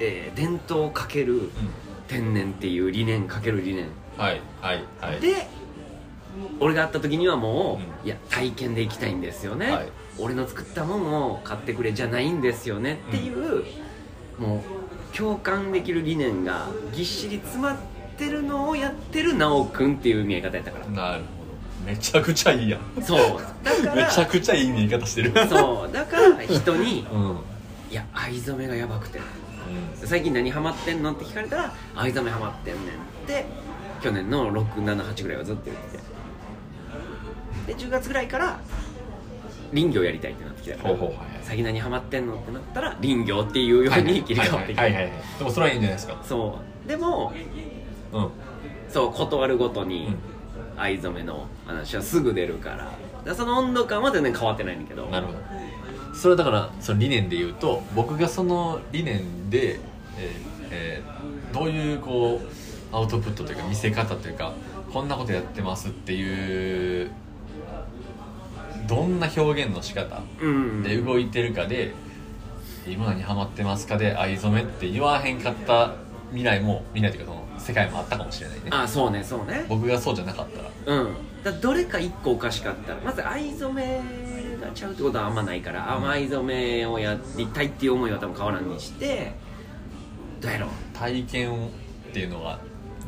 Speaker 2: えー伝統かける天然っていう理念かける理念
Speaker 1: はいはいはい
Speaker 2: で俺が会った時にはもう、
Speaker 1: うん
Speaker 2: いや体験で行きたいんですよね、
Speaker 1: はい
Speaker 2: 俺の作ったもんを買ってくれじゃないんですよねっていう、もう共感できる理念がぎっしり詰まってるのをやってる直くんっていう見え方やったから
Speaker 1: なるほどめちゃくちゃいいやん
Speaker 2: そうだか
Speaker 1: めちゃ
Speaker 2: ら
Speaker 1: くちゃいい見え方してる う
Speaker 2: そうだから人に
Speaker 1: ん、うん、
Speaker 2: 「いや藍染めがやばくて最近何ハマってんの?」って聞かれたら「藍染めハマってんねん」って去年の678ぐらいはずっと言っててで10月ぐらいから林業やりたいってなってきたか
Speaker 1: ほ
Speaker 2: ら
Speaker 1: うほうはい
Speaker 2: 「最近何ハマってんの?」ってなったら林業っていうよ
Speaker 1: は
Speaker 2: う
Speaker 1: い
Speaker 2: に切り替わってき
Speaker 1: はいは
Speaker 2: て
Speaker 1: いはいはいでもそれはいいんじゃないですか
Speaker 2: そうでも
Speaker 1: うんうん
Speaker 2: そう断るごとに藍染めの話はすぐ出るからだからその温度感は全然変わってないんだけど
Speaker 1: なるほどそれはだからその理念で言うと僕がその理念で、えーえーどういうこうアウトプットというか見せ方というかこんなことやってますっていうどんな表現の仕方
Speaker 2: うん
Speaker 1: で動いてるかで今何ハマってますかで藍染めって言わへんかった未来も未来というかその世界もあったかもしれないね
Speaker 2: あそうねそうね
Speaker 1: 僕がそうじゃなかったら
Speaker 2: うん、だからどれか一個おかしかったらまず藍染めがちゃうってことはあんまないから、あんま藍染めをやりたいっていう思いは多分変わらんにしてどうやろ
Speaker 1: 体験っていうのが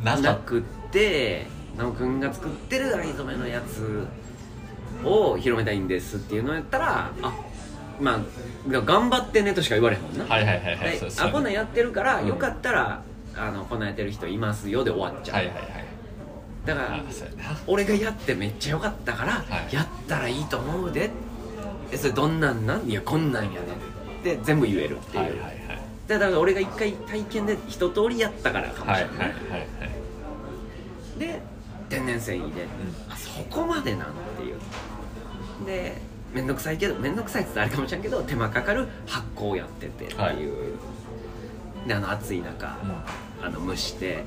Speaker 1: な
Speaker 2: う
Speaker 1: か
Speaker 2: な
Speaker 1: っ
Speaker 2: くって奈くんが作ってる藍染めのやつを広めたいんですっていうのやったらあまあだから頑張ってねとしか言われへんもんな、
Speaker 1: たはいはいはいはい
Speaker 2: で
Speaker 1: そうそう
Speaker 2: あこんなんやってるから、
Speaker 1: うん
Speaker 2: よかったらあのこんなんやってる人いますよで終わっちゃう、
Speaker 1: はいはいはい
Speaker 2: だから、
Speaker 1: あそうやな
Speaker 2: 俺がやってめっちゃ良かったから、
Speaker 1: はい
Speaker 2: やったらいいと思うでえそれどんなんなんいやこんなんやねって全部言えるっていう、
Speaker 1: はいはいはい
Speaker 2: だから俺が一回体験で一通りやったからかもし
Speaker 1: はいはい
Speaker 2: れな
Speaker 1: は
Speaker 2: い、
Speaker 1: いはい
Speaker 2: で天然繊維で、あそこまでなんっていうで面倒くさいけど面倒くさいって言ったらあれかもしれんけど手間かかる発酵やっててっていう、
Speaker 1: はい
Speaker 2: であの暑い中、
Speaker 1: うん
Speaker 2: あの蒸して、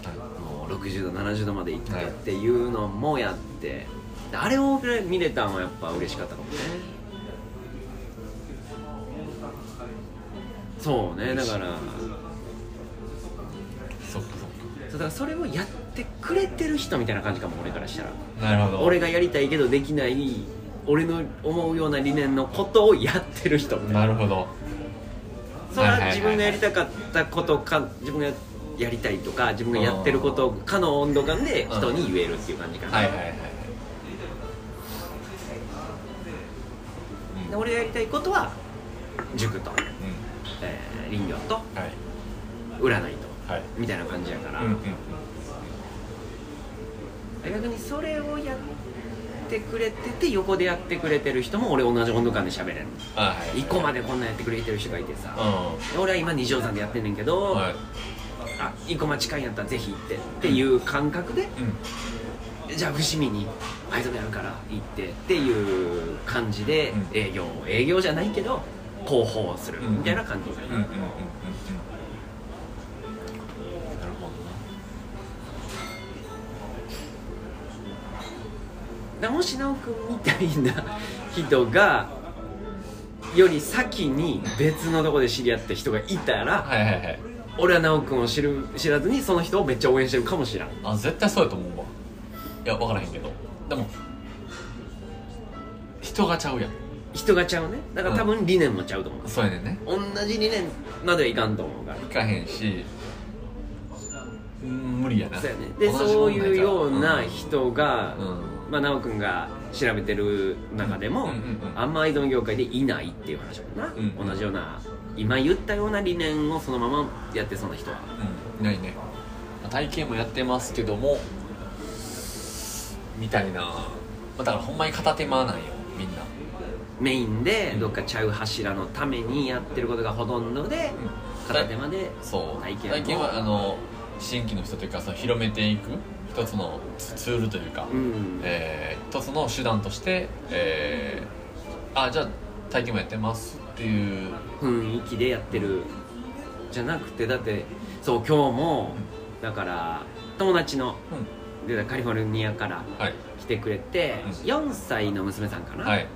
Speaker 2: もう60度70度まで行ってっていうのもやって、であれを見れたんはやっぱ嬉しかったかもねそうねだ
Speaker 1: そっ
Speaker 2: から
Speaker 1: かそ
Speaker 2: そうだからそれをやってくれてる人みたいな感じかも俺からしたら
Speaker 1: っかなるほど
Speaker 2: 俺がやりたいけどできない俺の思うような理念のことをやってる人みたいな
Speaker 1: なるほど
Speaker 2: それ
Speaker 1: はい
Speaker 2: は
Speaker 1: はいはい
Speaker 2: 自分がやりたかったことか自分がやりたいとか自分がやってることかの温度感で人に言えるっていう感じかな、
Speaker 1: はいはいはいはい
Speaker 2: で俺がやりたいことは塾と、
Speaker 1: う
Speaker 2: えー林業と
Speaker 1: んはい
Speaker 2: 占いと
Speaker 1: はい
Speaker 2: みたいな感じやから、
Speaker 1: うんうん
Speaker 2: 逆にそれをやってくれてて横でやってくれてる人も俺同じ温度感で喋れる
Speaker 1: あはい
Speaker 2: 一個までこんなんやってくれてる人がいてさ、
Speaker 1: う
Speaker 2: で俺は今二条山でやってんねんけど、
Speaker 1: んはい
Speaker 2: あ生駒近いんやったらぜひ行ってっていう感覚で、
Speaker 1: う
Speaker 2: じゃあ伏見に藍染めあるから行ってっていう感じで
Speaker 1: うん
Speaker 2: 営業、営業じゃないけど広報をする
Speaker 1: うん
Speaker 2: みたいな感じ、
Speaker 1: んうんうんうんうんうんなるほ
Speaker 2: だもし直君みたいな人がより先に別のとこで知り合った人がいた
Speaker 1: どな
Speaker 2: ら
Speaker 1: はいはいはい
Speaker 2: 俺は直君を知る知らずにその人をめっちゃ応援してるかもしらん
Speaker 1: あ絶対そうやと思うわいや分からへんけどでも人がちゃうやん
Speaker 2: 人がちゃうねだから多分理念もちゃうと思う、
Speaker 1: そうやねんね
Speaker 2: 同じ理念まではいかんと思うから
Speaker 1: いかへんしうん無理やな
Speaker 2: そうやねで
Speaker 1: 同じ
Speaker 2: そ
Speaker 1: もん
Speaker 2: う
Speaker 1: ないいうから
Speaker 2: ような
Speaker 1: うん
Speaker 2: 人が、
Speaker 1: うん
Speaker 2: まあ、奈くんが調べてる中でも、
Speaker 1: うんうんうん
Speaker 2: あんまアイドル業界でいないっていう話もな、
Speaker 1: んうん
Speaker 2: 同じような今言ったような理念をそのままやってそうな人は
Speaker 1: うん、ないね体験もやってますけどもみたいな、まあ、だからほんまに片手間なんよみんな
Speaker 2: メインでどっかちゃう柱のためにやってることがほとんどで、片手まで
Speaker 1: そう
Speaker 2: 体験も
Speaker 1: 体験はあの新規の人というかその広めていく一つのツツールというか、
Speaker 2: うん、
Speaker 1: えー一つの手段として、えーあじゃあ体験もやってますっていう
Speaker 2: 雰囲気でやってるじゃなくてだってそう今日も、だから友達の
Speaker 1: う
Speaker 2: でカリフォルニアから
Speaker 1: んはい
Speaker 2: 来てくれて、
Speaker 1: うん
Speaker 2: 4歳の娘さんかな、
Speaker 1: はい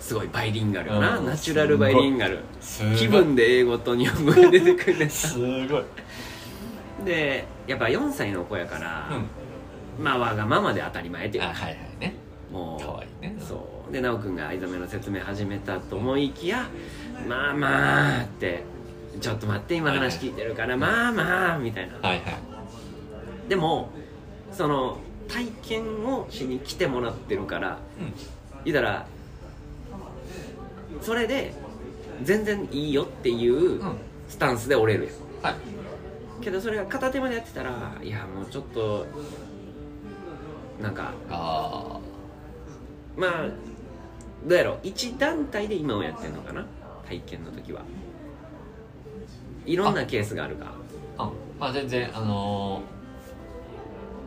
Speaker 2: すごいバイリンガルよな、
Speaker 1: うん
Speaker 2: ナチュラルバイリンガル
Speaker 1: すごい
Speaker 2: 気分で英語と日本語が出てくるんです す
Speaker 1: ごい、うん、
Speaker 2: でやっぱ4歳の子やから、まあわがままで当たり前っていう
Speaker 1: あ
Speaker 2: か
Speaker 1: はいはいね
Speaker 2: もう
Speaker 1: 可愛いね
Speaker 2: そうで奈くんが藍染めの説明始めたと思いきや「まあまあ」って「ちょっと待って今話聞いてるから、まあまあ」みたいな、
Speaker 1: はいはい
Speaker 2: でもその体験をしに来てもらってるから
Speaker 1: うん
Speaker 2: 言ったらそれで全然いいよっていう
Speaker 1: うん
Speaker 2: スタンスで折れるやん
Speaker 1: はい
Speaker 2: けどそれが片手までやってたらいやもうちょっとなんか
Speaker 1: あ
Speaker 2: まあどうやろう一団体で今をやってんのかな体験の時はいろんなケースがあるか
Speaker 1: あうんまあ全然あの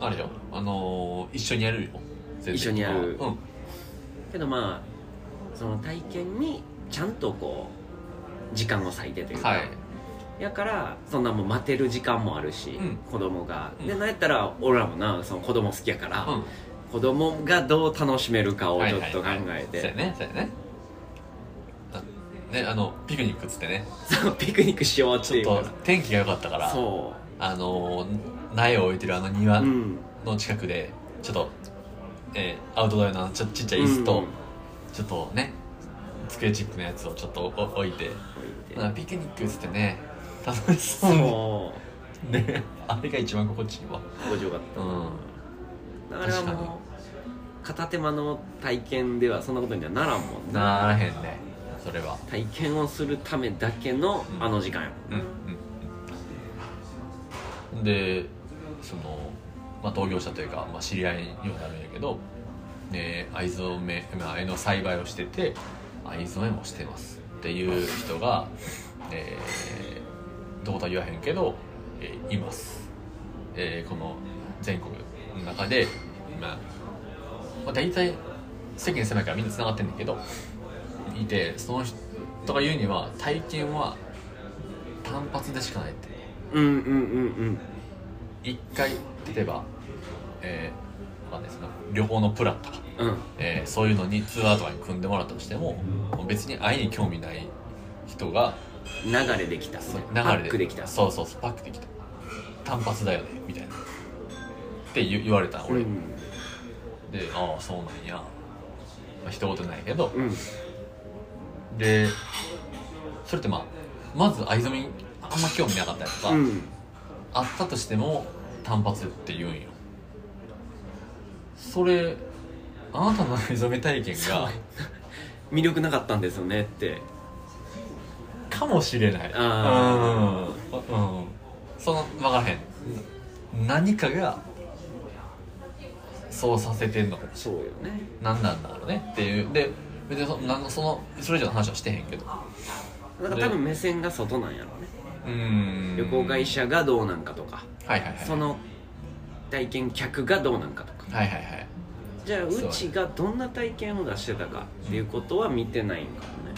Speaker 1: ー、あれよあのー、一緒にやるよ全然
Speaker 2: 一緒にやる
Speaker 1: うん
Speaker 2: けどまあその体験にちゃんとこう時間を割いてというか、
Speaker 1: はい
Speaker 2: やからそんなもう待てる時間もあるし、
Speaker 1: うん
Speaker 2: 子供が、
Speaker 1: うん
Speaker 2: でなんやったら俺らもなその子供好きやから、
Speaker 1: うん
Speaker 2: 子供がどう楽しめるかをちょっと考えて、
Speaker 1: そうやねそうやねあねあのピクニックっつってね
Speaker 2: そのピクニックしようっ
Speaker 1: ち
Speaker 2: て
Speaker 1: ょ
Speaker 2: い
Speaker 1: っ
Speaker 2: うか
Speaker 1: と天気が良かったからら
Speaker 2: そ
Speaker 1: あのー苗を置いてるあの庭
Speaker 2: ううん
Speaker 1: の近くでちょっと、えーアウトドアのちょちっちゃい椅子と、
Speaker 2: うん
Speaker 1: ちょっとね机チップのやつをちょっとお置いて
Speaker 2: 置いて
Speaker 1: まあピクニックっつってね楽しそうに
Speaker 2: そ う
Speaker 1: ねあれが一番心地いいわ
Speaker 2: 心地よかった
Speaker 1: うん
Speaker 2: あれはもう片手間の体験ではそんなことにはならんもんな
Speaker 1: ならへんねそれは
Speaker 2: 体験をするためだけの
Speaker 1: うん
Speaker 2: あの時間や
Speaker 1: うんうんうんでその、まあ、同業者というか、まあ、知り合いにはなるんやけどで藍染め苗の栽培をしてて藍染めもしてますっていう人が、えー、どうとは言わへんけど、えーいます、えーこの全国の中で、まあまあ、大体世間狭いからみんなつながってんだけどいてその人が言うには体験は単発でしかないって
Speaker 2: うんうんうん
Speaker 1: 一回例えばえー、わかんないですけど旅行のプランとか、
Speaker 2: うんうん
Speaker 1: えーそういうのにツアーとかに組んでもらったとしてももう別に愛に興味ない人が
Speaker 2: 流れできた
Speaker 1: そう流れ
Speaker 2: パ
Speaker 1: で
Speaker 2: ックできた
Speaker 1: そうそうそうパックできた単発だよねみたいなって言言われた
Speaker 2: う
Speaker 1: 俺、
Speaker 2: ん
Speaker 1: でああそうなんや、まあ、一言ないけど、
Speaker 2: うん
Speaker 1: でそれってまあまず藍染めにあんま興味なかったりとか、
Speaker 2: うん
Speaker 1: あったとしても単発って言うんよそれあなたの藍染め体験が
Speaker 2: 魅力なかったんですよねって
Speaker 1: かもしれない
Speaker 2: あ
Speaker 1: うん、うん、その分からへん何かがそうさせてんのかもし
Speaker 2: そうよね
Speaker 1: れん何なんだろうねっていうで別にそなんのそのそれ以上の話はしてへんけど
Speaker 2: だから多分目線が外なんやろね
Speaker 1: うん
Speaker 2: 旅行会社がどうなんかとか
Speaker 1: はいはいはい
Speaker 2: その体験客がどうなんかとか
Speaker 1: はいはいはい
Speaker 2: じゃあうちがどんな体験を出してたかっていうことは見てないんかもね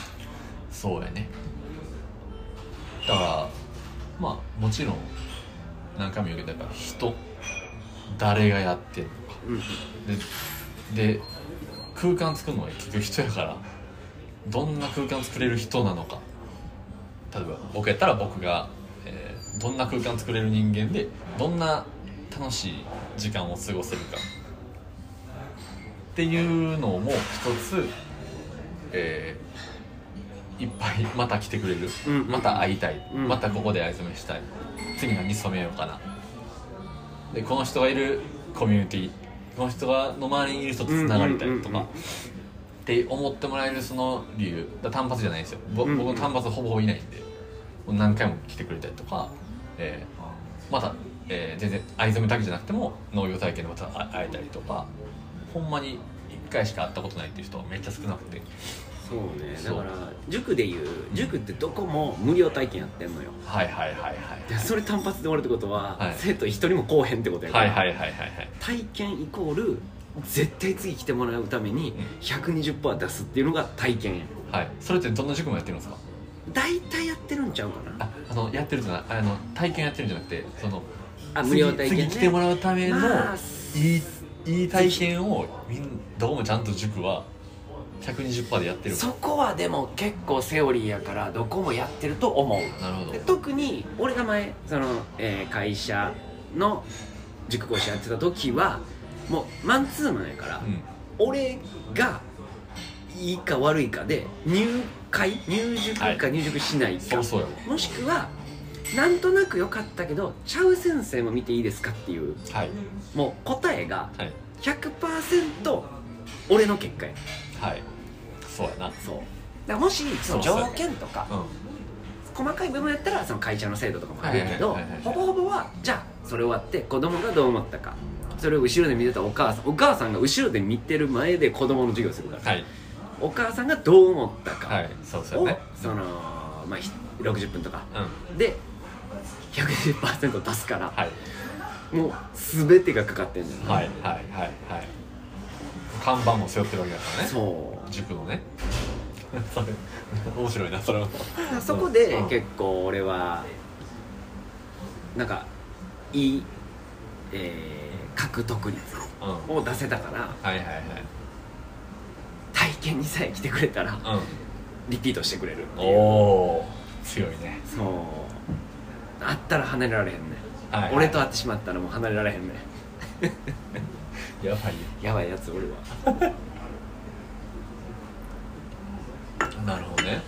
Speaker 1: そうやねだからまあもちろん何回も言うけどやっぱ人誰がやってんのか
Speaker 2: うん
Speaker 1: でで空間作るのは結局人やからどんな空間作れる人なのか例えば僕やったら僕が、えーどんな空間作れる人間でどんな楽しい時間を過ごせるかっていうのも一つ、えーいっぱいまた来てくれる、
Speaker 2: うんうん
Speaker 1: また会いたい、
Speaker 2: うん
Speaker 1: またここで藍染めしたい次何染めようかなでこの人がいるコミュニティこの人がの周りにいる人とつながりたいと
Speaker 2: うんうんうんうん
Speaker 1: かって思ってもらえるその理由だ単発じゃないんですよぼ
Speaker 2: うんうん
Speaker 1: 僕の単発ほぼほぼいないんでもう何回も来てくれたりとか、えーまた、えー全然藍染めだけじゃなくても農業体験でまた会えたりとかほんまに1回しか会ったことないっていう人はめっちゃ少なくて
Speaker 2: そうねだ
Speaker 1: そう
Speaker 2: から塾でいう塾ってどこも無料体験やってんのよ
Speaker 1: はいはいはいはい
Speaker 2: でそれ単発で終わるってことは、
Speaker 1: はい
Speaker 2: 生徒一人も来おへんってことやか
Speaker 1: はい
Speaker 2: ら、
Speaker 1: はいはいはいはい
Speaker 2: 体験イコール絶対次来てもらうために
Speaker 1: ん
Speaker 2: 120%出すっていうのが体験や
Speaker 1: はいそれってどんな塾もやってるんですか
Speaker 2: 大体やってるんちゃうかな
Speaker 1: ああのやってるじゃないあの体験やってるんじゃなくてその
Speaker 2: あ
Speaker 1: 次
Speaker 2: 無料体験、ね、
Speaker 1: 次来てもらうための
Speaker 2: まあ
Speaker 1: いいいい体験をみんどこもちゃんと塾は120%でやってる
Speaker 2: そこはでも結構セオリーやからどこもやってると思う
Speaker 1: なるほど
Speaker 2: で特に俺が前その、えー会社の塾講師やってた時はもうマンツーマンやから、
Speaker 1: うん
Speaker 2: 俺がいいか悪いかで入会入塾か入塾しない
Speaker 1: そ
Speaker 2: か、
Speaker 1: りゃそうや
Speaker 2: もしくはなんとなく良かったけどちゃう先生も見ていいですかってい
Speaker 1: も
Speaker 2: う
Speaker 1: んはい
Speaker 2: もう答えが
Speaker 1: はい
Speaker 2: 100%俺の結果や
Speaker 1: はいそうやな
Speaker 2: そうだからもしその
Speaker 1: そうそう
Speaker 2: 条件とか
Speaker 1: うん
Speaker 2: 細かい部分やったらその会社の制度とかもあるけど
Speaker 1: はいはいはいはい
Speaker 2: ほぼほぼはじゃあそれ終わって子供がどう思ったかそれを後ろで見てたお母さんお母さんが後ろで見てる前で子供の授業するから、
Speaker 1: はい
Speaker 2: お母さんがどう思ったかを、
Speaker 1: はいそうそうやね
Speaker 2: その、まあ、ひ60分とか
Speaker 1: うん
Speaker 2: で120%出すから
Speaker 1: はい
Speaker 2: もう全てがかかってんじゃん、
Speaker 1: はいはいはいはい看板も背負ってるわけだからね
Speaker 2: そう
Speaker 1: 塾のね それ面白いなそれも
Speaker 2: だからそこで
Speaker 1: うん
Speaker 2: 結構俺はなんかいい、えー獲得率
Speaker 1: うんはい
Speaker 2: を出せたから
Speaker 1: はい
Speaker 2: 体験にさえ来てくれたら
Speaker 1: はい
Speaker 2: リピートしてくれるっ
Speaker 1: うんお
Speaker 2: ていう
Speaker 1: お強いね
Speaker 2: そうあったら離れられへんね、
Speaker 1: はいはい
Speaker 2: 俺と会ってしまったらもう離れられへんね
Speaker 1: やばい
Speaker 2: やばいやつ俺は
Speaker 1: よなるほどね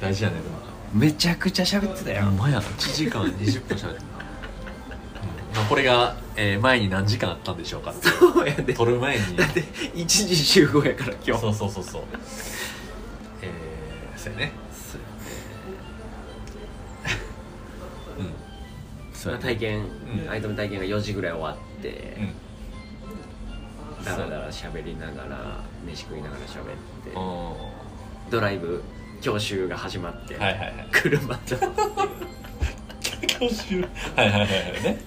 Speaker 1: 大事やねでも
Speaker 2: めちゃくちゃ喋ってたや
Speaker 1: ほん
Speaker 2: ん
Speaker 1: まや1時間20分しゃべってた、うんまあ、これが、えー前に何時間あったんでしょうかっていう
Speaker 2: そうや で
Speaker 1: 撮る前に
Speaker 2: だって1時集合やから今日
Speaker 1: そうそうそうそうえー、そうやねうんそ
Speaker 2: まあ体験、
Speaker 1: うん
Speaker 2: 相手の体験が4時ぐらい終わって、
Speaker 1: うん
Speaker 2: だらだら喋りながら飯食いながら喋って
Speaker 1: あーは
Speaker 2: ドライブ教習が始まって、
Speaker 1: いはいはい
Speaker 2: 車と
Speaker 1: 教習はいはいはいはいね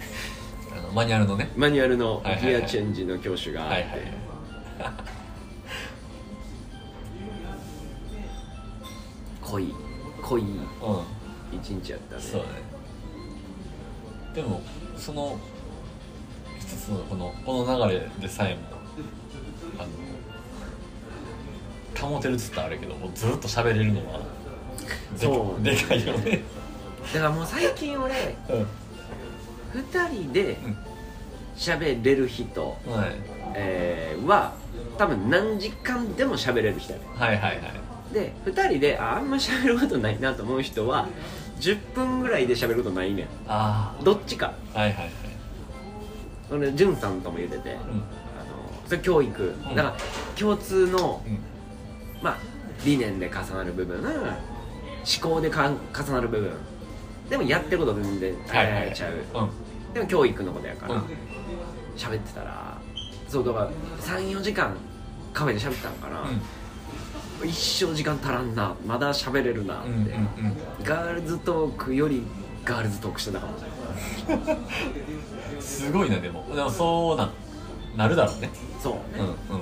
Speaker 1: あのマニュアルのね
Speaker 2: マニュアルの
Speaker 1: はいはいはい
Speaker 2: ギアチェンジの教習があって、
Speaker 1: はいはいはい
Speaker 2: 濃い濃い
Speaker 1: うん
Speaker 2: 一日やったね
Speaker 1: そうだねでもその一つのこのこの流れでさえもあの保てるっつったらあれやけどもうずっと喋れるのはで
Speaker 2: そう
Speaker 1: でかいよね
Speaker 2: だからもう最近俺
Speaker 1: う
Speaker 2: 2人で
Speaker 1: うん
Speaker 2: 喋れる人、
Speaker 1: んはい
Speaker 2: えーは多分何時間でも喋れる人やね
Speaker 1: はいはいはい
Speaker 2: で2人でああんま喋ることないなと思う人は10分ぐらいで喋ることないね
Speaker 1: あ
Speaker 2: んどっちか
Speaker 1: あはいはいはい
Speaker 2: 俺潤さんとも言って
Speaker 1: う
Speaker 2: て
Speaker 1: ん
Speaker 2: あのそれ教育
Speaker 1: うん
Speaker 2: だから共通の、
Speaker 1: うん
Speaker 2: まあ、理念で重なる部分思考でかん重なる部分でもやってること全然
Speaker 1: はいはいは
Speaker 2: え
Speaker 1: い
Speaker 2: ーちゃう、
Speaker 1: うん
Speaker 2: でも教育のことやか
Speaker 1: う
Speaker 2: ら
Speaker 1: ん
Speaker 2: 喋、ってたらそうだから34時間カフェで喋ったんかな、一生時間足らんなまだ喋れるなって、
Speaker 1: うんうんうんうん
Speaker 2: ガールズトークよりガールズトークしてたかもしれない
Speaker 1: すごいなでもでもそうなんなるだろうね
Speaker 2: そう、
Speaker 1: うんうんうん
Speaker 2: だ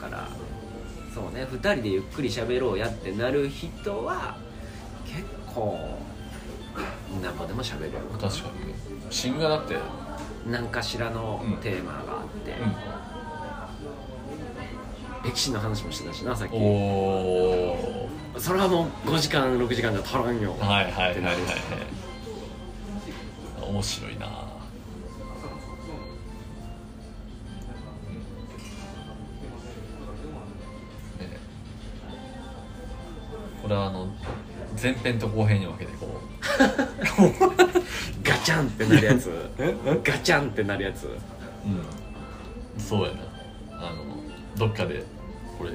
Speaker 2: からそうね2人でゆっくり喋ろうやってなる人は結構何ぼでも喋れる
Speaker 1: 確かにね芯がだって
Speaker 2: 何かしらのテーマがあって、
Speaker 1: う
Speaker 2: 歴史の話もしてたしなさっ
Speaker 1: んお
Speaker 2: き
Speaker 1: お
Speaker 2: それはもう5時間6時間じゃ足らんよ
Speaker 1: はいはいはいはいはい面白いなうんねこれはあの前編と後編に分けてこう
Speaker 2: ガチャンってなるやつ
Speaker 1: え
Speaker 2: ガチャンってなるやつ
Speaker 1: うんそうやなあのどっかでこれい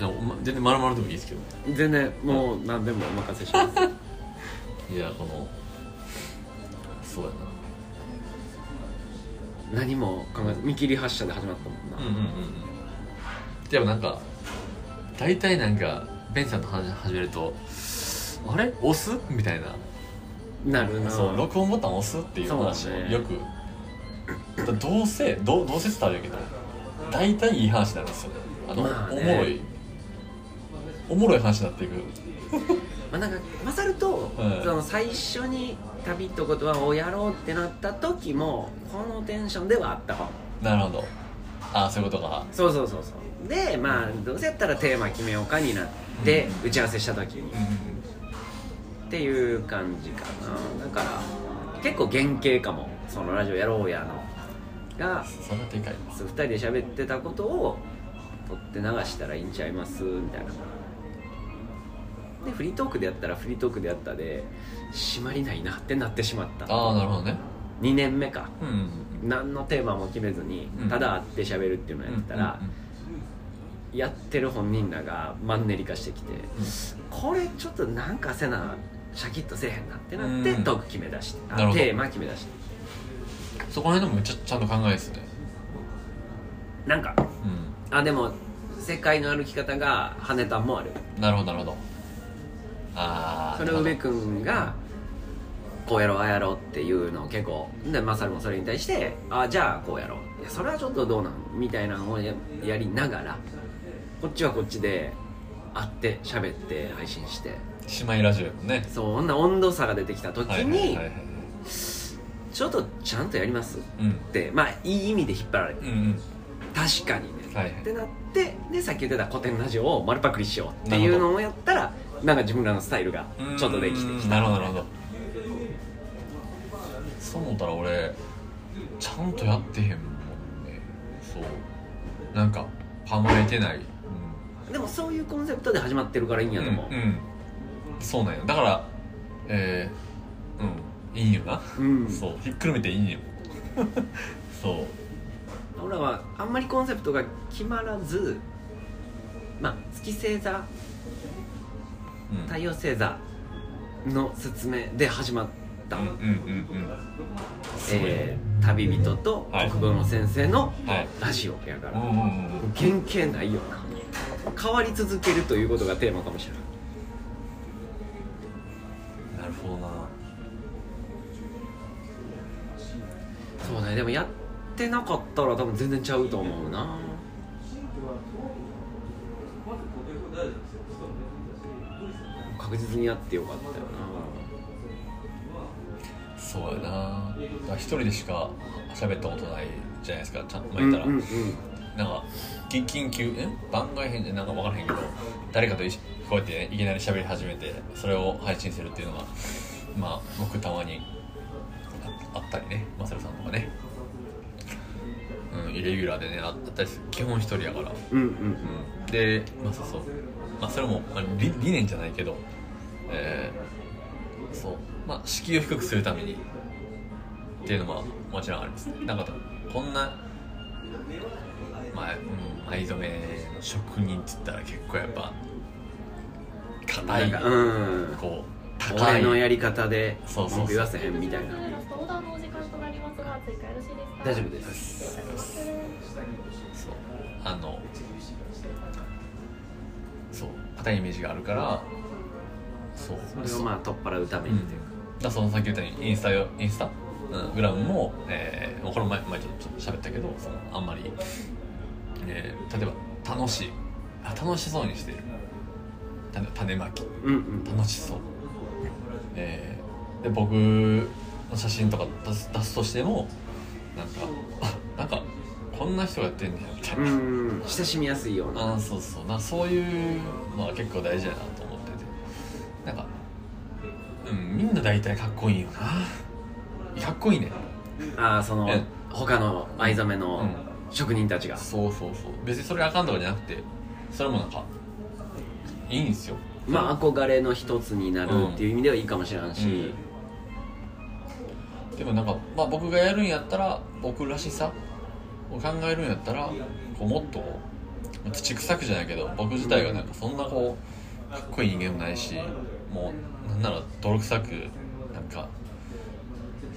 Speaker 1: やおま全然丸々でもいいですけど
Speaker 2: 全然もう何でもお任せします
Speaker 1: いやこのそうや
Speaker 2: 何も考えず見切り発車で始まったもんな、
Speaker 1: なうんうんうんうんでもなんか大体なんかベンさんと話し始めると「あれ押す?」みたいな、
Speaker 2: なるな
Speaker 1: そう録音ボタン押すっていう話を
Speaker 2: そうだね
Speaker 1: よく、だどうせどうどうせって言ったらあれやけど大体いい話になるんですよねあの、
Speaker 2: まあね
Speaker 1: おもろいおもろい話になっていく
Speaker 2: まあ、なんか勝ると、
Speaker 1: うん
Speaker 2: その最初に「旅って言葉をやろうってなった時もこのテンションではあったかも
Speaker 1: なるほどああそういうことか
Speaker 2: そうそうそうそうでまあどうせやったらテーマ決めようかになって打ち合わせした時に
Speaker 1: うんうん
Speaker 2: っていう感じかなだから結構原型かもそのラジオやろうやのが
Speaker 1: うんそんなでかい
Speaker 2: そう2人で喋ってたことを撮って流したらいいんちゃいますみたいなでフリートークでやったらフリートークでやったで締まりないなってなってしまった
Speaker 1: ああなるほどね
Speaker 2: 2年目か
Speaker 1: うんうん
Speaker 2: 何のテーマも決めずに
Speaker 1: うん
Speaker 2: ただ会って喋るっていうのを
Speaker 1: う
Speaker 2: や
Speaker 1: ん
Speaker 2: ってたら
Speaker 1: うん
Speaker 2: やってる本人らがマンネリ化してきてこれちょっとなんかせなシャキッとせえへんなってなって
Speaker 1: うん
Speaker 2: トーク決め出してあ
Speaker 1: なるほど
Speaker 2: テーマ決め出して
Speaker 1: うんそこら辺でもめっちゃちゃんと考えですね
Speaker 2: なんか
Speaker 1: う
Speaker 2: あでも世界の歩き方が羽根たんもある
Speaker 1: んなるほどなるほどああ
Speaker 2: それを上君がこうやろうああやろうっていうのを結構でマサルもそれに対してあじゃあこうやろういやそれはちょっとどうなんみたいなのをややりながらこっちはこっちで会って喋って配信して
Speaker 1: 姉妹ラジオやもんね
Speaker 2: そうこんな温度差が出てきた時
Speaker 1: はいはいはい
Speaker 2: に
Speaker 1: はい
Speaker 2: ちょっとちゃんとやりますっ
Speaker 1: うん
Speaker 2: てまあいい意味で引っ張られて
Speaker 1: うんうん
Speaker 2: 確かにね
Speaker 1: はいはい
Speaker 2: ってなってでさっき言ってた古典ラジオを丸パクリしようっていうのをやったらなんか自分らのスタイルがちょっとできてきた
Speaker 1: なるほどなるほどそう思ったら俺ちゃんとやってへんもんねそうなんか構えてない、う
Speaker 2: でもそういうコンセプトで始まってるからいいん
Speaker 1: ん、
Speaker 2: やと思
Speaker 1: うん、うんそうなんやだからえー、うんいいんよな、
Speaker 2: う、うん
Speaker 1: そうひっくるめていいん よそう
Speaker 2: 俺らはあんまりコンセプトが決まらずまあ月星座
Speaker 1: うん
Speaker 2: 太陽星座の説明で始まった、
Speaker 1: うんうんうんうんすごい、
Speaker 2: えー旅人と
Speaker 1: はい
Speaker 2: 国語の先生の
Speaker 1: はい
Speaker 2: ラジオやか
Speaker 1: う
Speaker 2: ら、
Speaker 1: んうんうんうん
Speaker 2: 原型ないよな変わり続けるということがテーマかもしれな
Speaker 1: な
Speaker 2: い
Speaker 1: るほどな
Speaker 2: そうねでもやってなかったら多分全然ちゃうと思うな確実にやってよかったよな
Speaker 1: そうやなだから一人でしか喋ったことないじゃないですかちゃんまあ言ったら、
Speaker 2: うんうん
Speaker 1: なんかき緊急え番外編でなんか分からへんけど誰かといしこうやって、ね、いきなり喋り始めてそれを配信するっていうのがまあ僕たまにああったりねマサルさんとかねうんイレギュラーでねああったりする基本一人やから
Speaker 2: うんうんうん
Speaker 1: うん、で、まあ、そうそう、まあ、それも、まあ、理理念じゃないけど、えーそう、まあ、敷居を低くするためにっていうのはもちろんありますね。なんか、こんな、まあ、うん、藍染めの職人って言ったら結構やっぱ、硬
Speaker 2: なん
Speaker 1: い、
Speaker 2: かうん
Speaker 1: こう、高
Speaker 2: 俺
Speaker 1: い。
Speaker 2: のやり方で
Speaker 1: そうそうそう
Speaker 2: 文句言わせへんみたいな
Speaker 4: ラストオーダーのお時間となりますが、追加よろしいですか。
Speaker 2: 大丈夫です
Speaker 1: そうあのそう硬いイメージがあるからそう
Speaker 2: それをまあ取っ払うため
Speaker 1: う
Speaker 2: に
Speaker 1: ん
Speaker 2: というか、
Speaker 1: だからそのさっき言ったようにインスタよインスタ、うん、グラムも、えー、もうこれ前前ちょっと喋ったけどそのあんまり、えー、例えば楽しいあ楽しそうにしてるた種まき
Speaker 2: うんうん
Speaker 1: 楽しそう、えーで僕の写真とか出す出すとしてもなんか あなんかこんな人がやってんねやみたいな、
Speaker 2: うん親しみやすいような
Speaker 1: あーそうそうなんかそういうのは結構大事だなと思っててなんかうんみんな大体かっこいいよなかっこいいね
Speaker 2: ああそ
Speaker 1: う
Speaker 2: の
Speaker 1: ん
Speaker 2: 他の藍染め
Speaker 1: う
Speaker 2: の
Speaker 1: ん
Speaker 2: 職人たちが、
Speaker 1: そうそうそう別にそれがあかんとかじゃなくてそれもなんかいいんですよ
Speaker 2: まあ憧れの一つになるっていう意味ではいいかもしれんし、
Speaker 1: でもなんか、まあ、僕がやるんやったら僕らしさを考えるんやったらこうもっとこう土臭くじゃないけど僕自体がなんかそんなこうかっこいい人間もないしもうなんなら泥臭くなんか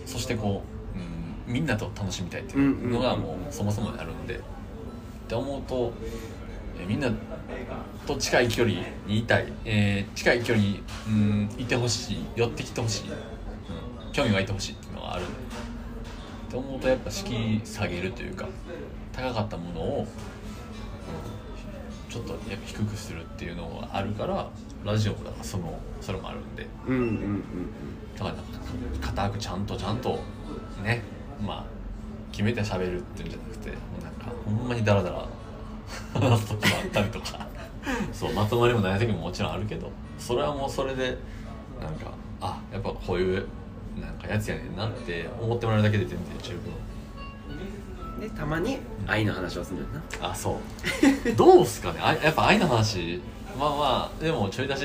Speaker 1: そしてこう、うん、みんなと楽しみたいっていうのが
Speaker 2: うんうん
Speaker 1: もうそもそもあるんでって思うとえみんなと近い距離にいたい、えー近い距離に、うん、いてほしい寄ってきてほしい、うん、興味湧いてほしいっていうのがあるって思うとやっぱ敷居下げるというか高かったものを、うんちょっとやっぱ低くするっていうのがあるからラジオもだからそのそれもあるんで
Speaker 2: うん、うんうんうん
Speaker 1: だからなんか固くちゃんとちゃんとねまあ決めて喋るっていうんじゃなくてもうなんかほんんまにダラダラ話すことがあったりとかそうまとまりもない時ももちろんあるけどそれはもうそれでなんかあやっぱこういうなんかやつやねんなって思ってもらえるだけで全然十分
Speaker 2: でたまに愛の話をするんだよな
Speaker 1: あそうどうすかねあやっぱ愛の話まあまあでもちょい出し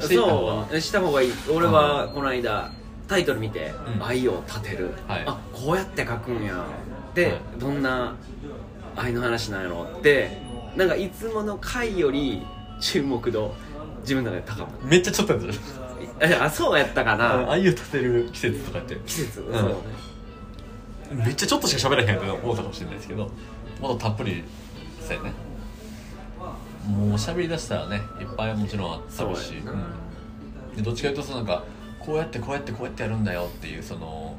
Speaker 1: していった方が
Speaker 2: そうした方がいい俺はこの間タイトル見て「
Speaker 1: うん
Speaker 2: 愛を立てる」
Speaker 1: はい
Speaker 2: あこうやって書くんやで、
Speaker 1: はい
Speaker 2: どんな愛の話なんやろってなんかいつもの回より注目度自分の中で高まっ
Speaker 1: めっちゃちょっとやつ
Speaker 2: たあそうやったか
Speaker 1: あ
Speaker 2: な
Speaker 1: あいう立てる季節とかって
Speaker 2: 季節、
Speaker 1: うん
Speaker 2: そうね
Speaker 1: めっちゃちょっとしか喋れへんって思ったかもしれないですけどもっとたっぷりしたよねもう喋りだしたらねいっぱいもちろんあったるし
Speaker 2: そうやな
Speaker 1: うんでどっちかというとそのなんかこうやってこうやってこうやってやるんだよっていうその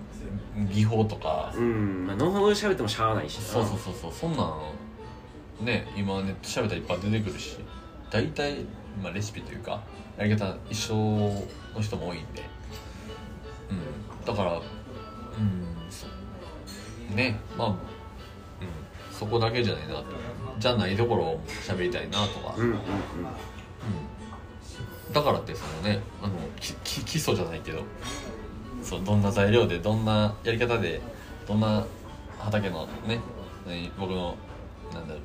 Speaker 1: 技法とか、
Speaker 2: うんまあノンほど喋ってもしゃあないしな
Speaker 1: そうそうそうそうそんなのね今ネット調べたらいっぱい出てくるし大体、まあ、レシピというかやり方一緒の人も多いんでうんだからうんそうねまあ、うん、そこだけじゃないなとじゃないところを喋りたいなとか、
Speaker 2: うんうんうん
Speaker 1: うんだからってそのねあのきき基礎じゃないけどそうどんな材料でどんなやり方でどんな畑のねね僕のなんだろう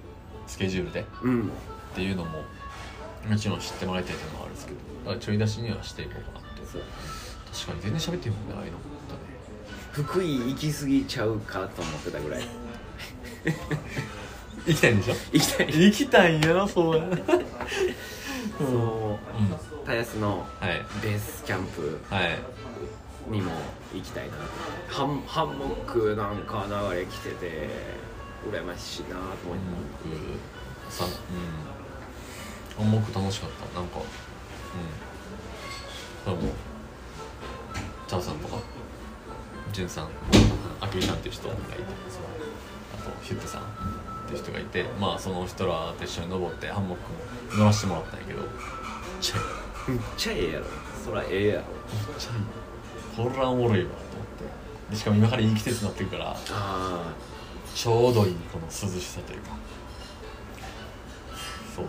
Speaker 1: スケジュールで
Speaker 2: うん
Speaker 1: っていうのももちろん知ってもらいたいっていうのもあるんですけどだからちょい出しにはしていこうかなって
Speaker 2: そう
Speaker 1: 確かに全然喋ってるもんねああいうのだね
Speaker 2: 福井行き過ぎちゃうかと思ってたぐらい
Speaker 1: 行きたいんでしょ
Speaker 2: 行きたい
Speaker 1: 行きたいんやろそうやうん
Speaker 2: そう
Speaker 1: は
Speaker 2: 豊洲の
Speaker 1: い
Speaker 2: ベースキャンプ
Speaker 1: はい
Speaker 2: にも行きたいなハンハンモックなんか流れ来てて羨ましいなと思っ
Speaker 1: 僕
Speaker 2: て、
Speaker 1: さうん暗黙楽しかったなんかうんでもチャオさんとかジュンさんあけみさんっていう人がいてそうあとヒュッテさんっていう人がいてまあその人らと一緒に登ってハンモックも乗らせてもらったんやけどめっちゃいい
Speaker 2: めっちゃええやろそらええやろ
Speaker 1: めっちゃいいこれはおもろいわと思ってでしかも今からいい季節になってるから
Speaker 2: あ
Speaker 1: ちょうどいいこの涼しさというかそう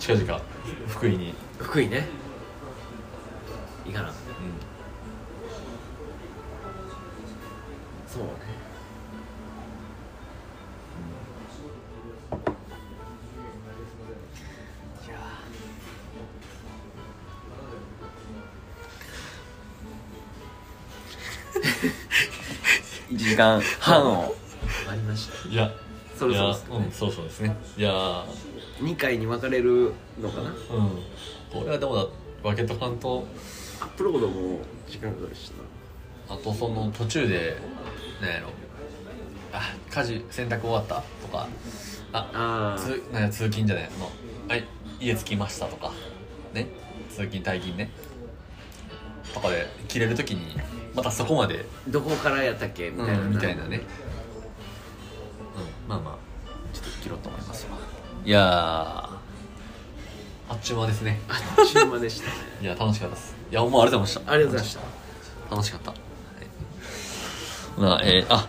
Speaker 1: 近々福井に、うん、
Speaker 2: あ福井ね行かなそうね1時間半を割りました
Speaker 1: いや
Speaker 2: そろ
Speaker 1: い
Speaker 2: そろ
Speaker 1: や
Speaker 2: ですか
Speaker 1: うんそうそうですねいやー
Speaker 2: 2回に分かれるのかな
Speaker 1: うんこれはでもだ分けとかんと
Speaker 2: アップロードも時間かかるし
Speaker 1: あとその途中でなんやろあ家事洗濯終わったとかあ
Speaker 2: なあ
Speaker 1: つなんや通勤じゃないあのはい家着きましたとかね通勤退勤ねとかで切れるときにまたそこまで、
Speaker 2: どこからやったっけみたいな、
Speaker 1: みたいなね、うん、まあまあちょっと切ろうと思いますわいやーあっちゅう間ですね
Speaker 2: あっちゅう間でしたね
Speaker 1: いや楽しかったですいやもうありがとうございました
Speaker 2: ありがとうございました
Speaker 1: 楽しかった、はい、なえーあ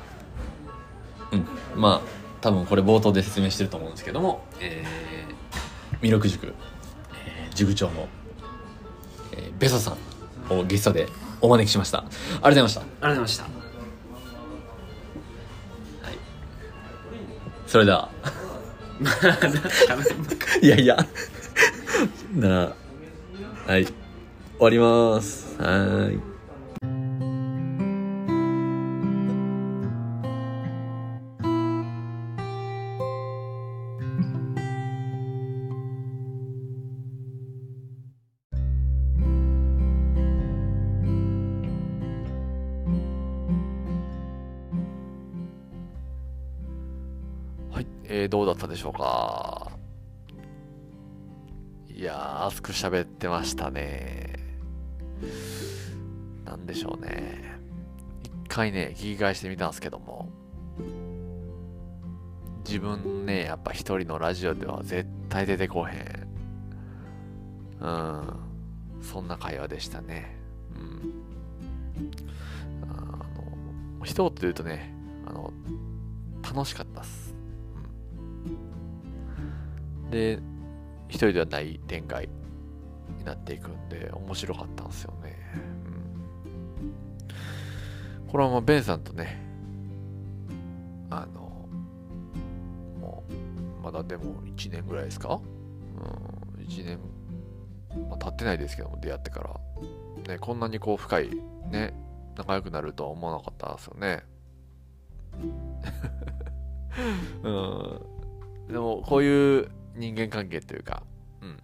Speaker 1: うんまあ多分これ冒頭で説明してると思うんですけどもえー弥勒塾、えー塾長の、えーベソさんをゲストでお招きしましたありがとうございました、は
Speaker 2: ありがとうございました
Speaker 1: い、それでは いやいやなあはい終わりますはーい
Speaker 5: はい、えーどうだったでしょうかいやー、熱く喋ってましたね。なんでしょうね。一回ね、聞き返してみたんですけども、自分ね、やっぱ一人のラジオでは絶対出てこへん。うん。そんな会話でしたね。うん。あの、人って言うとね、あの、
Speaker 1: 楽しかったっす、うん、で一人ではない展開になっていくんで面白かったんですよね、うん、これはまあベンさんとねあのもうまだでも1年ぐらいですか、うん、1年、まあ、経ってないですけども出会ってから、ね、こんなにこう深いね仲良くなるとは思わなかったですよね うんでもこういう人間関係というか、うん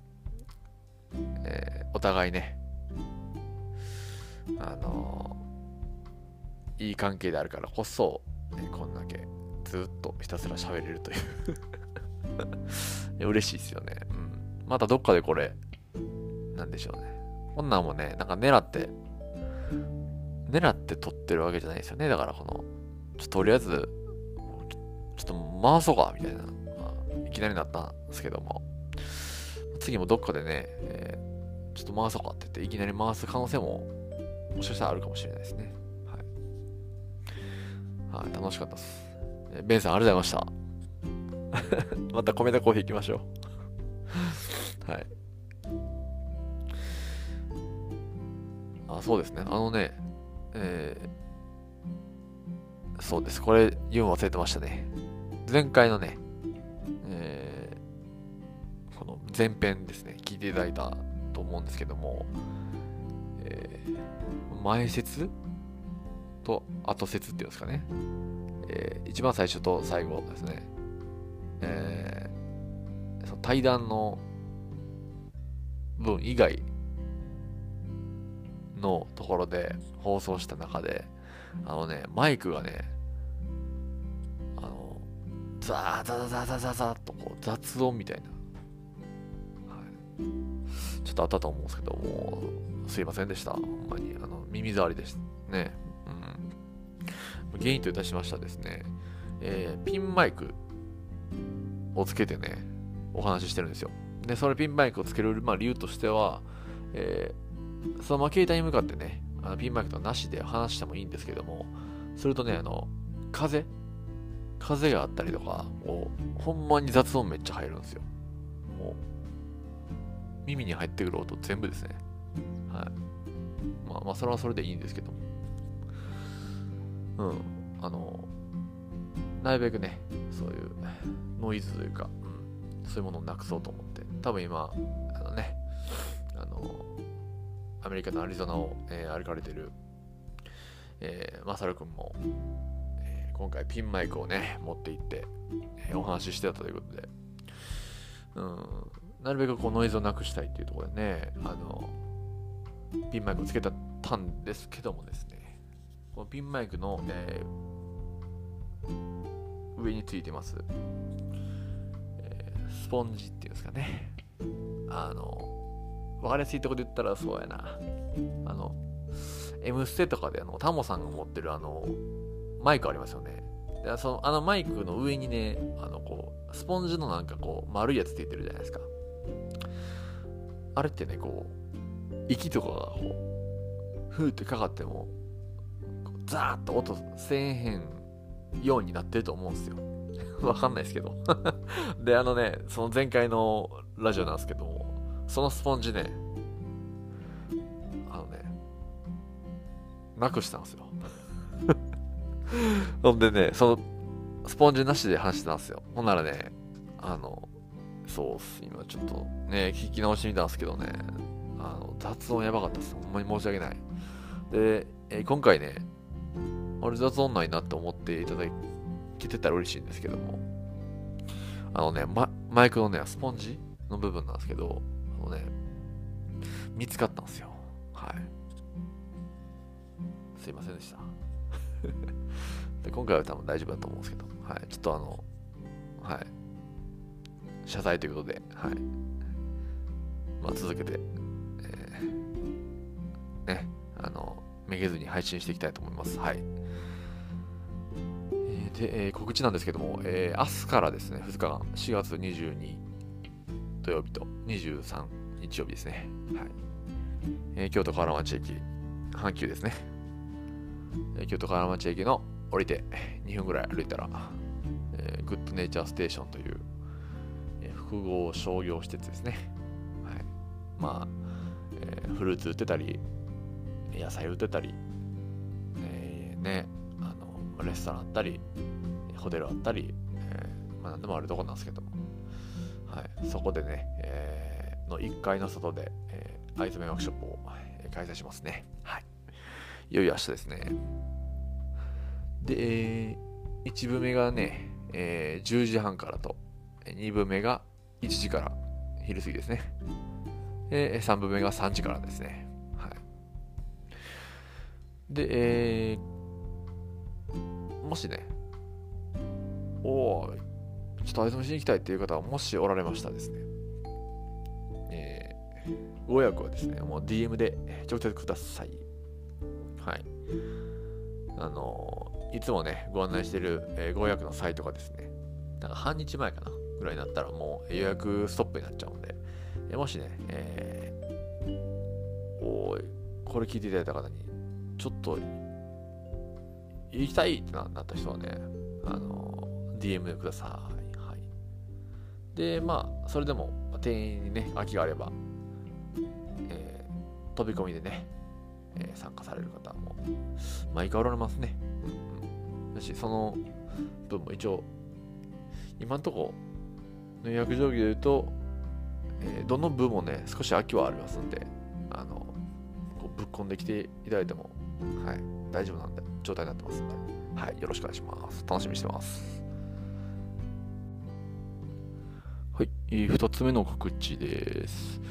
Speaker 1: えーお互いねあのいい関係であるからこそ、ねこんだけずっとひたすら喋れるという いや嬉しいですよね、うん、またどっかでこれなんでしょうねこんなんもねなんか狙って狙って撮ってるわけじゃないですよねだからこのちょっととりあえずちょちょっと回そうかみたいな、まあいきなりなったんですけども次もどっかでね、えーちょっと回そうかって言っていきなり回す可能性ももしかしたらあるかもしれないですねはい、はい、楽しかったですえーベンさんありがとうございました また米田コーヒー行きましょう はいあそうですねあのねえーそうです。これ言うの忘れてましたね。前回のね、えーこの前編ですね、聞いていただいたと思うんですけども、えー前説と後説っていうんですかね。えー一番最初と最後ですね。えーその対談の分以外のところで放送した中で、あのね、マイクがね、あの、ザーザーザーザーザーザーっとこう雑音みたいな、はい、ちょっとあったと思うんですけど、もう、すいませんでした。ほんまに、あの、耳障りでしたね。うん。原因といたしましてはですね、えーピンマイクをつけてね、お話ししてるんですよ。で、それピンマイクをつける、まあ、理由としては、えーそのまま携帯に向かってね、あのピンマイクとかなしで話してもいいんですけども、するとね、あの、風風があったりとか、もう、ほんまに雑音めっちゃ入るんですよ。もう、耳に入ってくる音全部ですね。はい。まあまあ、それはそれでいいんですけども。うん。あの、なるべくね、そういうノイズというか、うん、そういうものをなくそうと思って、多分今、あのね、あの、アメリカのアリゾナを、えー歩かれてる、えーマサル君も、えー今回ピンマイクをね、持って行って、えーお話ししてたということで、うん、なるべくこうノイズをなくしたいっていうところでね、あの、ピンマイクをつけたたんですけどもですね、このピンマイクの、えー上についてます、えースポンジっていうんですかね、あの、分かりやすいとこで言ったらそうやなあの「M ステ」とかであのタモさんが持ってるあのマイクありますよねでそのあのマイクの上にねあのこうスポンジのなんかこう丸いやつついてるじゃないですかあれってねこう息とかがこうふーってかかってもこうザーッと音せえへんようになってると思うんですよ わかんないですけど であのねその前回のラジオなんですけどもそのスポンジね、あのね、なくしたんですよ。ほんでね、その、スポンジなしで話してたんですよ。ほんならね、あの、そうっす、今ちょっとね、聞き直してみたんですけどね、あの、雑音やばかったっす。ほんまに申し訳ない。で、えー今回ね、あれ雑音ないなって思っていただけてたら嬉しいんですけども、あのね、ママイクのね、スポンジの部分なんですけど、あのね、見つかったんですよ。はい。すいませんでした。で今回は多分大丈夫だと思うんですけど、はい。ちょっとあの、はい。謝罪ということで、はい。まあ、続けて、えーね、あの、めげずに配信していきたいと思います。はい。えーで、えー告知なんですけども、えー明日からですね、2日間、4月22、土曜日と23日曜日ですね。はいえー京都河原町駅、阪急ですね。えー京都河原町駅の降りて2分ぐらい歩いたら、えーグッドネイチャーステーションという、えー複合商業施設ですね。はい、まあ、えーフルーツ売ってたり、野菜売ってたり、えーね、あのレストランあったり、ホテルあったり、えーまあ、何でもあるとこなんですけども、はい、そこでね、えーの1階の外で、えー藍染めワークショップをえー開催しますね。はい、いよいよ明日ですね。で、え1部目がね、えー10時半からと、2部目が1時から、昼過ぎですね。で、3部目が3時からですね。はい。で、えーもしね、おーちょっと藍染めしに行きたいっていう方は、もしおられましたらですね、えーご予約はですね、もう DM で直接ください。はい。あのいつもね、ご案内してる、えーご予約のサイトがですね、なんか半日前かな、ぐらいになったらもう予約ストップになっちゃうんで、えーもしね、えーおーこれ聞いていただいた方に、ちょっと、行きたいってななった人はね、あの DM でください。はい。で、まあ、それでも、店員にね、空きがあれば、えー飛び込みでね、えー参加される方も毎回おられますね。だし、その分も一応、今んとこの予約状況で言うと、えーどの部もね、少し空きはありますんで、あの、こうぶっ込んできていただいても、はい、大丈夫なんで、状態になってますんで、はい、よろしくお願いします。楽しみにしてます。はい、えー二つ目の告知です。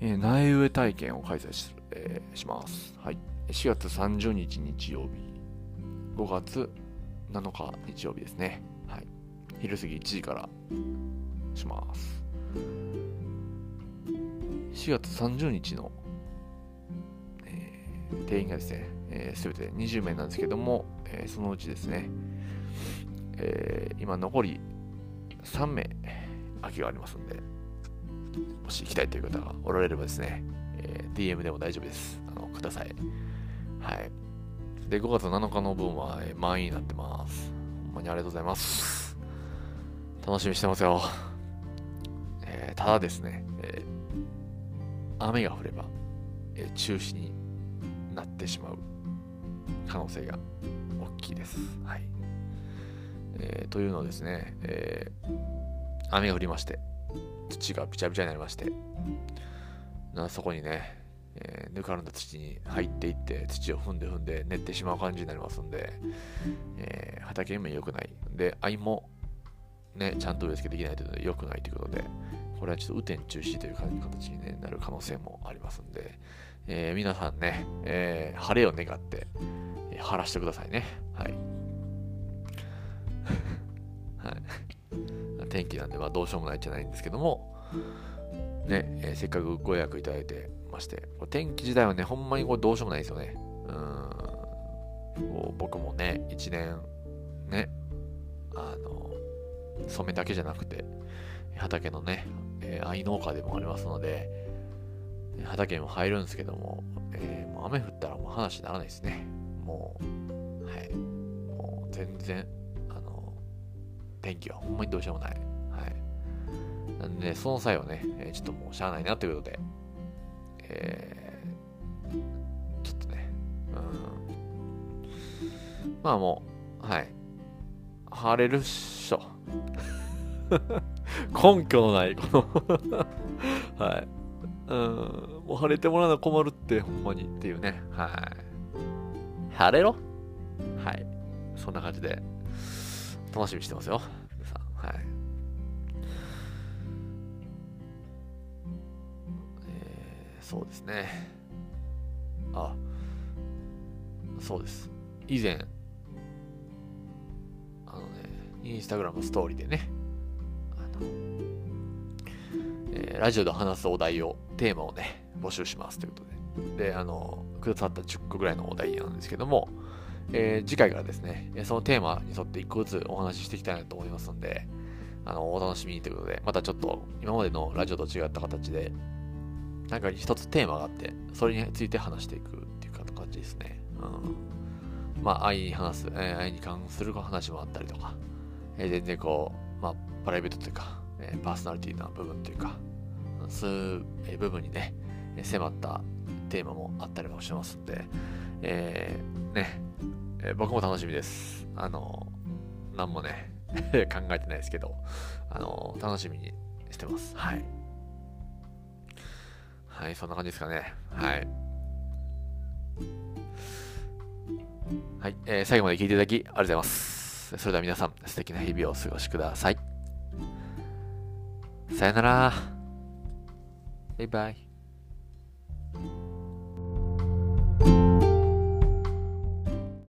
Speaker 1: えー苗植え体験を開催する、えーします。はい。4月30日日曜日、5月7日日曜日ですね。はい。昼過ぎ1時からします。4月30日の、えー定員がですね、えー、全て20名なんですけども、えーそのうちですね、えー今残り3名空きがありますんで、もし行きたいという方がおられればですね、えー DM でも大丈夫です。あの、ください。はい。で、5月7日の分は、えー満員になってます。ほんまにありがとうございます。楽しみにしてますよ。えーただですね、えー雨が降れば、えー中止になってしまう可能性が大きいです。はい。えーというのをですね、えー雨が降りまして、土がびちゃびちゃになりましてなそこにね、えーぬかるんだ土に入っていって土を踏んで踏んで練ってしまう感じになりますんで、えー畑にも良くないで藍もねちゃんと植え付けできないというので良くないということでこれはちょっと雨天中止という形に、ね、なる可能性もありますんで、えー皆さんね、えー晴れを願って、えー晴らしてくださいねはい はい 天気なんで、まあ、どうしようもないじゃないんですけども、ねえーせっかくご予約いただいてまして、こう天気自体はね、ほんまにこれどうしようもないですよね。うーんこう僕もね、一年、ね、あの、染めだけじゃなくて、畑のね、えー藍農家でもありますので、畑にも入るんですけども、えーもう雨降ったらもう話にならないですね。もう、はい。もう全然、あの、天気はほんまにどうしようもない。はい。なんで、ね、その際はね、えーちょっともうしゃあないなということで、えーちょっとね、うん。まあもう、はい。晴れるっしょ。 根拠のない、この、 はい。うん、もう晴れてもらうの困るって、ほんまにっていうね。はい。晴れろはい。そんな感じで、楽しみにしてますよ。皆さんはい。えーそうですね。あ、そうです。以前、あのね、インスタグラムストーリーでね、あの、えーラジオで話すお題を、テーマをね、募集しますということで。で、あの、くださった10個ぐらいのお題なんですけども、えー次回からですね、えーそのテーマに沿って一個ずつお話ししていきたいなと思いますので、あの、お楽しみにということで、またちょっと今までのラジオと違った形で、なんか一つテーマがあって、それについて話していくっていう感じですね。うん。まあ、愛に話す、えー愛に関する話もあったりとか、えー全然こう、まあ、プライベートというか、えーパーソナリティな部分というか、そういうえー部分にね、えー迫ったテーマもあったりもしますんで、えーね、えー僕も楽しみです。あの、なんもね、 考えてないですけど、あの、楽しみにしてます。はい。はい、そんな感じですかね。はい。はい、えー最後まで聞いていただきありがとうございます。それでは皆さん、素敵な日々をお過ごしください。さよなら。バイバイ。